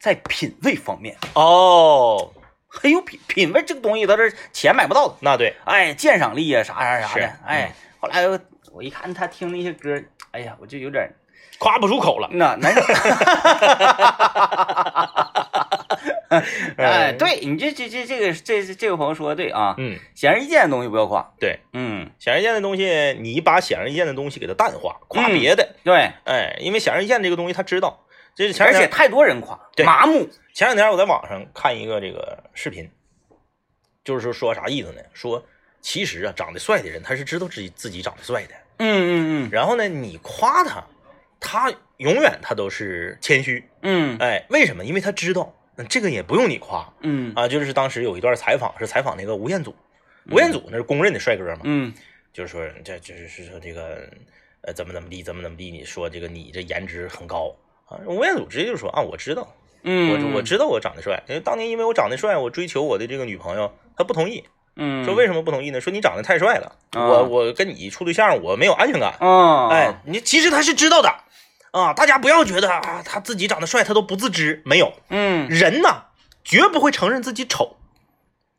Speaker 1: 在品味方面
Speaker 2: 哦，
Speaker 1: 很有品品味，这个东西它是钱买不到的，
Speaker 2: 那对，
Speaker 1: 哎，鉴赏力啊，啥啥啥
Speaker 2: 是
Speaker 1: 的
Speaker 2: 嗯，
Speaker 1: 哎，后来我一看他听那些歌，哎呀，我就有点
Speaker 2: 夸不出口了。
Speaker 1: 那
Speaker 2: <laughs>
Speaker 1: 难受。 <laughs> 哎，对你这这这这个这这位朋友说的对啊，
Speaker 2: 嗯，
Speaker 1: 显而易见的东西不要夸。
Speaker 2: 对，
Speaker 1: 嗯，
Speaker 2: 显而易见的东西，你把显而易见的东西给它淡化，夸别的，
Speaker 1: 对，
Speaker 2: 哎，因为显而易见这个东西他知道。这是
Speaker 1: 嗯
Speaker 2: 前
Speaker 1: 而
Speaker 2: 两
Speaker 1: 且
Speaker 2: 天，
Speaker 1: 太多人夸，
Speaker 2: 对
Speaker 1: 麻木。
Speaker 2: 前两天我在网上看一个这个视频，就是说说啥意思呢？说其实啊，长得帅的人他是知道自己自己长得帅的，
Speaker 1: 嗯嗯
Speaker 2: 然后呢，你夸他，他永远他都是谦虚，
Speaker 1: 嗯嗯
Speaker 2: 哎，为什么？因为他知道，嗯这个也不用你夸
Speaker 1: 嗯
Speaker 2: 啊。就是当时有一段采访是采访那个吴彦祖，吴彦祖那是公认的帅哥嘛，
Speaker 1: 嗯
Speaker 2: 就是说这就是是说这个呃怎么怎么地怎么怎么地，你说这个你这颜值很高啊。吴彦祖直接就说啊，我知道，
Speaker 1: 嗯，
Speaker 2: 我我知道我长得帅，因为当年因为我长得帅，我追求我的这个女朋友，她不同意，
Speaker 1: 嗯，
Speaker 2: 说为什么不同意呢？说你长得太帅了，
Speaker 1: 啊
Speaker 2: 我我跟你处对象我没有安全感。
Speaker 1: 啊，
Speaker 2: 哎，你其实他是知道的啊，大家不要觉得啊他自己长得帅，他都不自知，没有
Speaker 1: 嗯，
Speaker 2: 人呐，绝不会承认自己丑，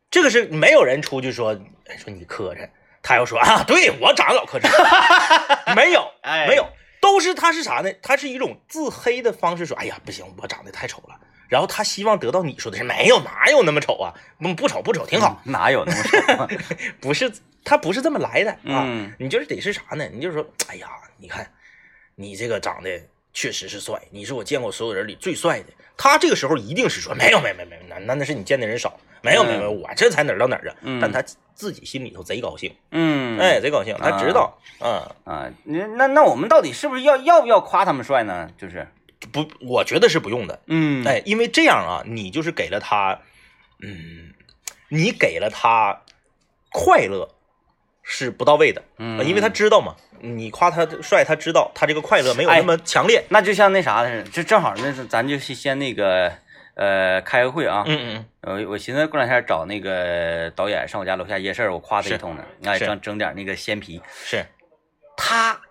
Speaker 2: 这个是没有人出去说哎说你磕碜，他要说啊，对我长得老磕碜， <laughs> 没有，
Speaker 1: 哎
Speaker 2: 没有，都是他是啥呢？他是一种自黑的方式说，哎呀，不行，我长得太丑了。然后他希望得到你说的是没有，哪有那么丑啊？不不丑不丑，挺好。
Speaker 1: 哪有那么
Speaker 2: <laughs>
Speaker 1: 说？
Speaker 2: 不是他不是这么来的啊，
Speaker 1: 嗯
Speaker 2: 你就是得是啥呢？你就是说，哎呀，你看你这个长得确实是帅，你是我见过所有人里最帅的。他这个时候一定是说没有没有没有没有，那那那是你见的人少，没有没有没有，我这才哪儿到哪儿啊！
Speaker 1: 嗯
Speaker 2: 但他自己心里头贼高兴，
Speaker 1: 嗯，
Speaker 2: 哎，贼高兴，他知道，嗯，
Speaker 1: 啊，那那那我们到底是不是要要不要夸他们帅呢？就是，
Speaker 2: 不，我觉得是不用的，
Speaker 1: 嗯，
Speaker 2: 哎，因为这样啊，你就是给了他，嗯，你给了他快乐是不到位的，
Speaker 1: 嗯
Speaker 2: 呃因为他知道嘛，你夸他帅，他知道他这个快乐没有
Speaker 1: 哎
Speaker 2: 那么强烈，
Speaker 1: 那就像那啥似的，就正好那是咱就先先那个呃开个会啊，
Speaker 2: 嗯嗯
Speaker 1: 我我寻思过两天找那个导演上我家楼下夜市儿，我夸他一通呢，哎，
Speaker 2: 是
Speaker 1: 整整点那个鲜皮，
Speaker 2: 嗯，是
Speaker 1: 他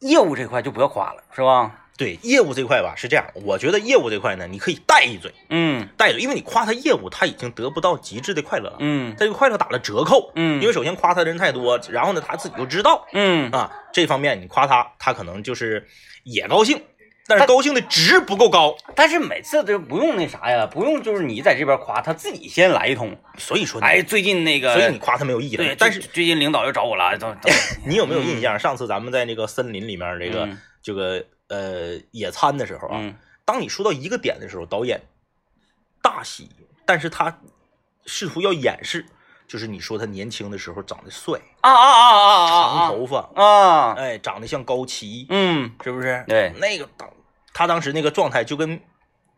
Speaker 1: 业务这块就不要夸了，是吧？
Speaker 2: 对业务这块吧，是这样，我觉得业务这块呢，你可以带一嘴，
Speaker 1: 嗯
Speaker 2: 带一嘴，因为你夸他业务，他已经得不到极致的快乐了，
Speaker 1: 嗯
Speaker 2: 他这个快乐打了折扣，
Speaker 1: 嗯
Speaker 2: 因为首先夸他的人太多，然后呢他自己又知道
Speaker 1: 嗯，
Speaker 2: 啊这方面你夸他，他可能就是也高兴。但是
Speaker 1: 他
Speaker 2: 高兴的值不够高，
Speaker 1: 但是每次都不用那啥呀，不用就是你在这边夸，他自己先来一通。
Speaker 2: 所以说呢，
Speaker 1: 哎，最近那个，
Speaker 2: 所以你夸他没有意义了
Speaker 1: 对，。
Speaker 2: 但
Speaker 1: 但
Speaker 2: 是
Speaker 1: 是最近领导又找我
Speaker 2: <laughs>
Speaker 1: 了，都都
Speaker 2: 你有没有印象？上次咱们在那个森林里面，这个
Speaker 1: 嗯
Speaker 2: 这个呃野餐的时候啊，
Speaker 1: 嗯
Speaker 2: 当你说到一个点的时候，导演大喜，但是他试图要掩饰，就是你说他年轻的时候长得帅，
Speaker 1: 啊啊啊
Speaker 2: 长
Speaker 1: 啊啊
Speaker 2: 头发，
Speaker 1: 啊啊，
Speaker 2: 哎，长得像高旗，
Speaker 1: 嗯
Speaker 2: 是不是？
Speaker 1: 对
Speaker 2: 那个当他当时那个状态就跟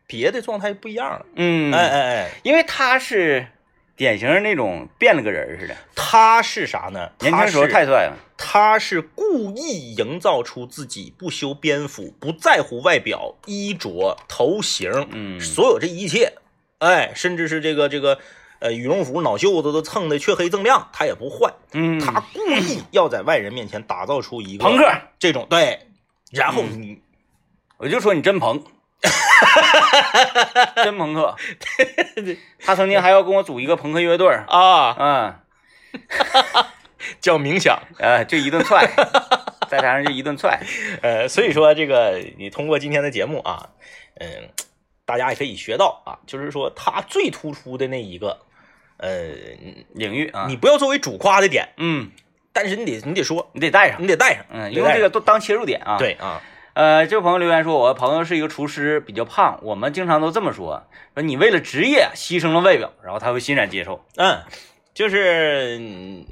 Speaker 2: 别的状态不一样了。
Speaker 1: 嗯，
Speaker 2: 哎哎哎，
Speaker 1: 因为他是典型那种变了个人儿似的，
Speaker 2: 他是啥呢？
Speaker 1: 年轻时候
Speaker 2: 他是
Speaker 1: 太帅了，
Speaker 2: 他是故意营造出自己不修边幅、不在乎外表、衣着、头型，
Speaker 1: 嗯
Speaker 2: 所有这一切，哎，甚至是这个这个，呃，羽绒服脑袖子都蹭的黢黑锃亮，他也不换，
Speaker 1: 嗯，
Speaker 2: 他故意要在外人面前打造出一个
Speaker 1: 朋克，嗯
Speaker 2: 这种对，然后你、
Speaker 1: 我就说你真
Speaker 2: <laughs>
Speaker 1: 朋，真朋克，他曾经还要跟我组一个朋克乐队儿，
Speaker 2: 啊
Speaker 1: 嗯，
Speaker 2: 叫冥想，
Speaker 1: 呃，就一顿踹，在台上就一顿踹，
Speaker 2: 呃，所以说这个你通过今天的节目啊，嗯，大家也可以学到啊，就是说他最突出的那一个，呃。
Speaker 1: 领域啊，
Speaker 2: 你不要作为主夸的点，
Speaker 1: 嗯，
Speaker 2: 但是你得你得说，
Speaker 1: 你得带上，
Speaker 2: 你得带上，
Speaker 1: 嗯，
Speaker 2: 你得
Speaker 1: 用
Speaker 2: 带
Speaker 1: 这
Speaker 2: 上
Speaker 1: 个都当切入点啊，。
Speaker 2: 对啊，
Speaker 1: 呃，这位朋友留言说，我朋友是一个厨师，比较胖，我们经常都这么说，说你为了职业牺牲了外表，然后他会欣然接受。
Speaker 2: 嗯，就是嗯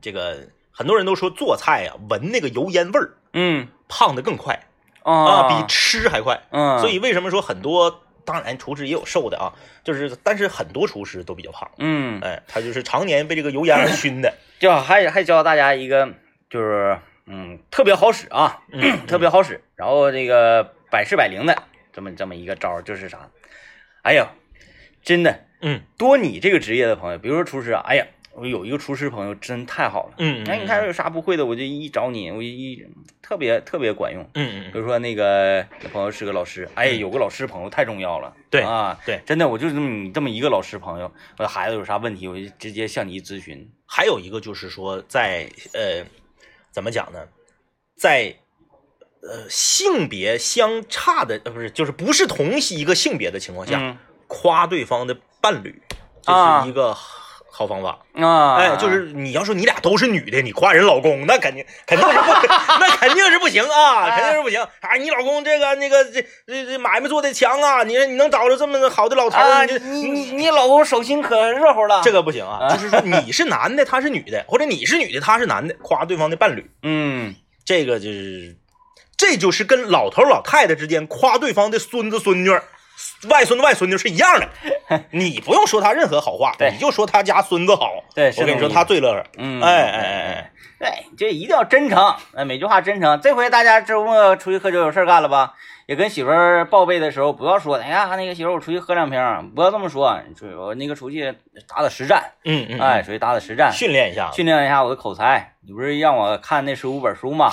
Speaker 2: 这个很多人都说做菜呀、闻那个油烟味儿，
Speaker 1: 嗯
Speaker 2: 胖的更快
Speaker 1: 啊，
Speaker 2: 啊，比吃还快。
Speaker 1: 嗯，
Speaker 2: 所以为什么说很多，当然厨师也有瘦的啊，就是但是很多厨师都比较胖，
Speaker 1: 嗯，
Speaker 2: 哎，他就是常年被这个油烟而熏的。
Speaker 1: 就还还教大家一个，就是嗯，特别好使啊，
Speaker 2: 嗯
Speaker 1: <clears throat> 特别好使，然后这个百试百灵的这么这么一个招儿，就是啥？哎呀，真的
Speaker 2: 嗯
Speaker 1: 多你这个职业的朋友，比如说厨师啊，哎呀，我有一个厨师朋友真太好了。
Speaker 2: 嗯，
Speaker 1: 哎，你看有啥不会的，我就一找你，我一特别特别管用。
Speaker 2: 嗯，嗯
Speaker 1: 比
Speaker 2: 嗯，
Speaker 1: 如说那个那朋友是个老师，哎，有个老师朋友太重要了。
Speaker 2: 对
Speaker 1: 啊，
Speaker 2: 对
Speaker 1: 真的，我就这么你这么一个老师朋友，我的孩子有啥问题，我就直接向你咨询。
Speaker 2: 还有一个就是说在呃，怎么讲呢？在呃性别相差的呃不是就是不是同一个性别的情况下、
Speaker 1: 嗯
Speaker 2: 夸对方的伴侣，这
Speaker 1: 啊
Speaker 2: 是一个好好方法。
Speaker 1: 啊，
Speaker 2: 哎，就是你要说你俩都是女的，你夸人老公，那肯定肯定是不，
Speaker 1: <laughs>
Speaker 2: 那肯定是不行啊，肯定是不行啊！你老公这个那个这这这买卖做的强啊，你你能找着这么好的老头儿，
Speaker 1: 啊，
Speaker 2: 你这
Speaker 1: 你你你老公手心可热乎了，
Speaker 2: 嗯这
Speaker 1: 个
Speaker 2: 个不行啊！就是说你是男的，他是女的， <laughs> 或者你是女的，他是男的，夸对方的伴侣，
Speaker 1: 嗯
Speaker 2: 这个就是这就是跟老头儿老太太之间夸对方的孙子孙女 <laughs> 儿。外孙子外孙女儿是一样的，你不用说他任何好话，
Speaker 1: 对
Speaker 2: 你就说他家孙子好。
Speaker 1: 对是
Speaker 2: 我跟
Speaker 1: 那
Speaker 2: 你说
Speaker 1: 意
Speaker 2: 他最乐呵。
Speaker 1: 嗯，
Speaker 2: 哎哎哎哎。
Speaker 1: 对，这一定要真诚，哎，每句话真诚。这回大家周末出去喝酒有事儿干了吧？也跟媳妇儿报备的时候，不要说，哎呀，那个媳妇儿，我出去喝两瓶，不要这么说，你出去我那个出去打打实战，
Speaker 2: 嗯嗯，
Speaker 1: 哎，，出去打打实战，
Speaker 2: 训练一下，啊
Speaker 1: 训练一下我的口才。你不是让我看那十五本书吗？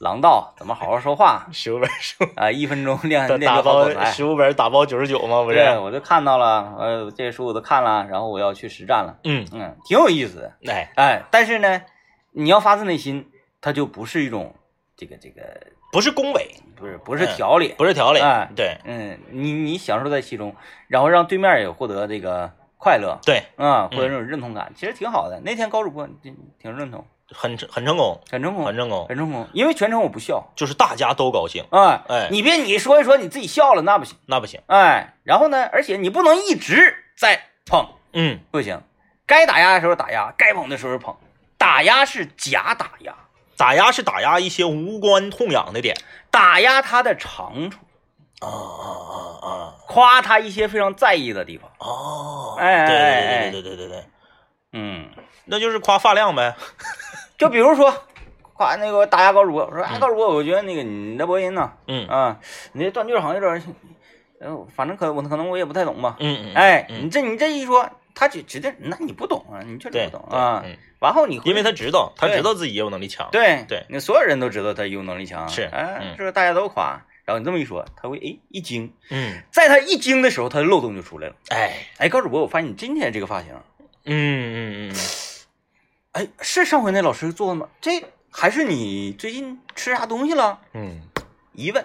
Speaker 1: 狼道怎么好好说
Speaker 2: <laughs>
Speaker 1: 话
Speaker 2: 十五本书，
Speaker 1: 啊、一分钟练
Speaker 2: 打
Speaker 1: 练
Speaker 2: 打
Speaker 1: 就好口
Speaker 2: 包哎
Speaker 1: 才。
Speaker 2: 十五本打包九十九吗？不是，
Speaker 1: 对，我就看到了，呃，这些书我都看了，然后我要去实战了，
Speaker 2: 嗯，
Speaker 1: 嗯，挺有意思的。
Speaker 2: 哎，
Speaker 1: 哎，但是呢，你要发自内心，它就不是一种这个这个，
Speaker 2: 不是恭维，
Speaker 1: 不是不是条理，
Speaker 2: 不是条理
Speaker 1: 哎，
Speaker 2: 对
Speaker 1: 嗯，你你享受在其中，然后让对面也获得这个快乐，
Speaker 2: 对，
Speaker 1: 啊、获得这种认同感，其实挺好的。那天高主播挺挺认同，
Speaker 2: 很成很成功，
Speaker 1: 很成功，
Speaker 2: 很成功，
Speaker 1: 很成功，因为全程我不笑，
Speaker 2: 就是大家都高兴，
Speaker 1: 啊、
Speaker 2: 哎
Speaker 1: 你别你说一说你自己笑了那不行，
Speaker 2: 那不行，
Speaker 1: 哎，然后呢，而且你不能一直在捧，
Speaker 2: 嗯，
Speaker 1: 不行，该打压的时候打压，该捧的时候捧，打压是假打压。
Speaker 2: 打压是打压一些无关痛痒的点，
Speaker 1: 打压他的长处，
Speaker 2: 啊啊啊啊，
Speaker 1: 夸他一些非常在意的地方。
Speaker 2: 哦，
Speaker 1: 哎
Speaker 2: 对
Speaker 1: 哎哎
Speaker 2: 对对对对对对对，
Speaker 1: 嗯，
Speaker 2: 那就是夸发量呗，
Speaker 1: 就比如说，夸那个打压高主播，我说哎，高主播，我觉得那个你的播音呢，
Speaker 2: 嗯
Speaker 1: 啊，你这断句好像有点儿，呃，反正可我可能我也不太懂吧。
Speaker 2: 嗯嗯，
Speaker 1: 哎，
Speaker 2: 嗯
Speaker 1: 你这你这一说，他就指定，那你不懂啊，你确实
Speaker 2: 对
Speaker 1: 不懂
Speaker 2: 对
Speaker 1: 啊。
Speaker 2: 嗯
Speaker 1: 然后你会
Speaker 2: 因为他知道，他
Speaker 1: 对
Speaker 2: 知道自己业务能力强，
Speaker 1: 对
Speaker 2: 对
Speaker 1: 那所有人都知道他业务能力强，
Speaker 2: 是
Speaker 1: 哎，
Speaker 2: 嗯
Speaker 1: 这大家都夸。然后你这么一说，他会哎一惊，
Speaker 2: 嗯，
Speaker 1: 在他一惊的时候，他的漏洞就出来了。
Speaker 2: 哎，
Speaker 1: 哎，高主播，我发现你今天这个发型，
Speaker 2: 嗯嗯嗯，
Speaker 1: 哎，是上回那老师做的吗？这还是你最近吃啥东西了？
Speaker 2: 嗯，
Speaker 1: 疑问，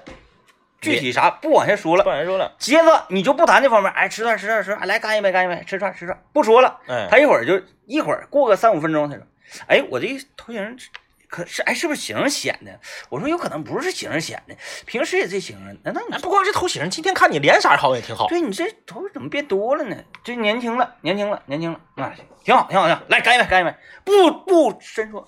Speaker 1: 具体啥不往下说
Speaker 2: 不
Speaker 1: 了。
Speaker 2: 然说了，
Speaker 1: 接着你就不谈这方面，哎，吃串吃串吃串，哎来干一杯干一杯，吃串吃串，不说了。
Speaker 2: 哎，
Speaker 1: 他一会儿就一会儿过个三五分钟，他说，哎，我这头型是可是哎是不是型儿显的？我说有可能不是型儿显的，平时也这型儿。啊难道你
Speaker 2: 哎，不光是头型，今天看你脸色儿好像也挺好。
Speaker 1: 对你这头发怎么变多了呢？这年轻了，年轻了，年轻了，啊，挺好挺好挺好。来干一杯干一杯，不不深说，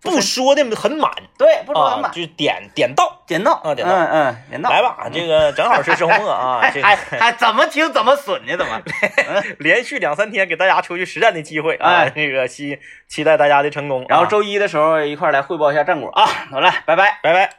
Speaker 2: 不说的很满
Speaker 1: 对，不说很
Speaker 2: 啊，
Speaker 1: 满。
Speaker 2: 就点点到，
Speaker 1: 点到
Speaker 2: 啊点到
Speaker 1: 嗯嗯，点到，
Speaker 2: 来吧，这个正好是周末 <laughs> 啊，
Speaker 1: 还
Speaker 2: 这
Speaker 1: 还
Speaker 2: 个
Speaker 1: 还哎怎么听怎么损呢？怎
Speaker 2: <laughs>
Speaker 1: 么？
Speaker 2: 连续两三天给大家出去实战的机会啊，
Speaker 1: 哎
Speaker 2: 这个期期待大家的成功啊，
Speaker 1: 然后周一的时候一块儿来汇报一下战果啊！好了，拜拜。
Speaker 2: 拜拜。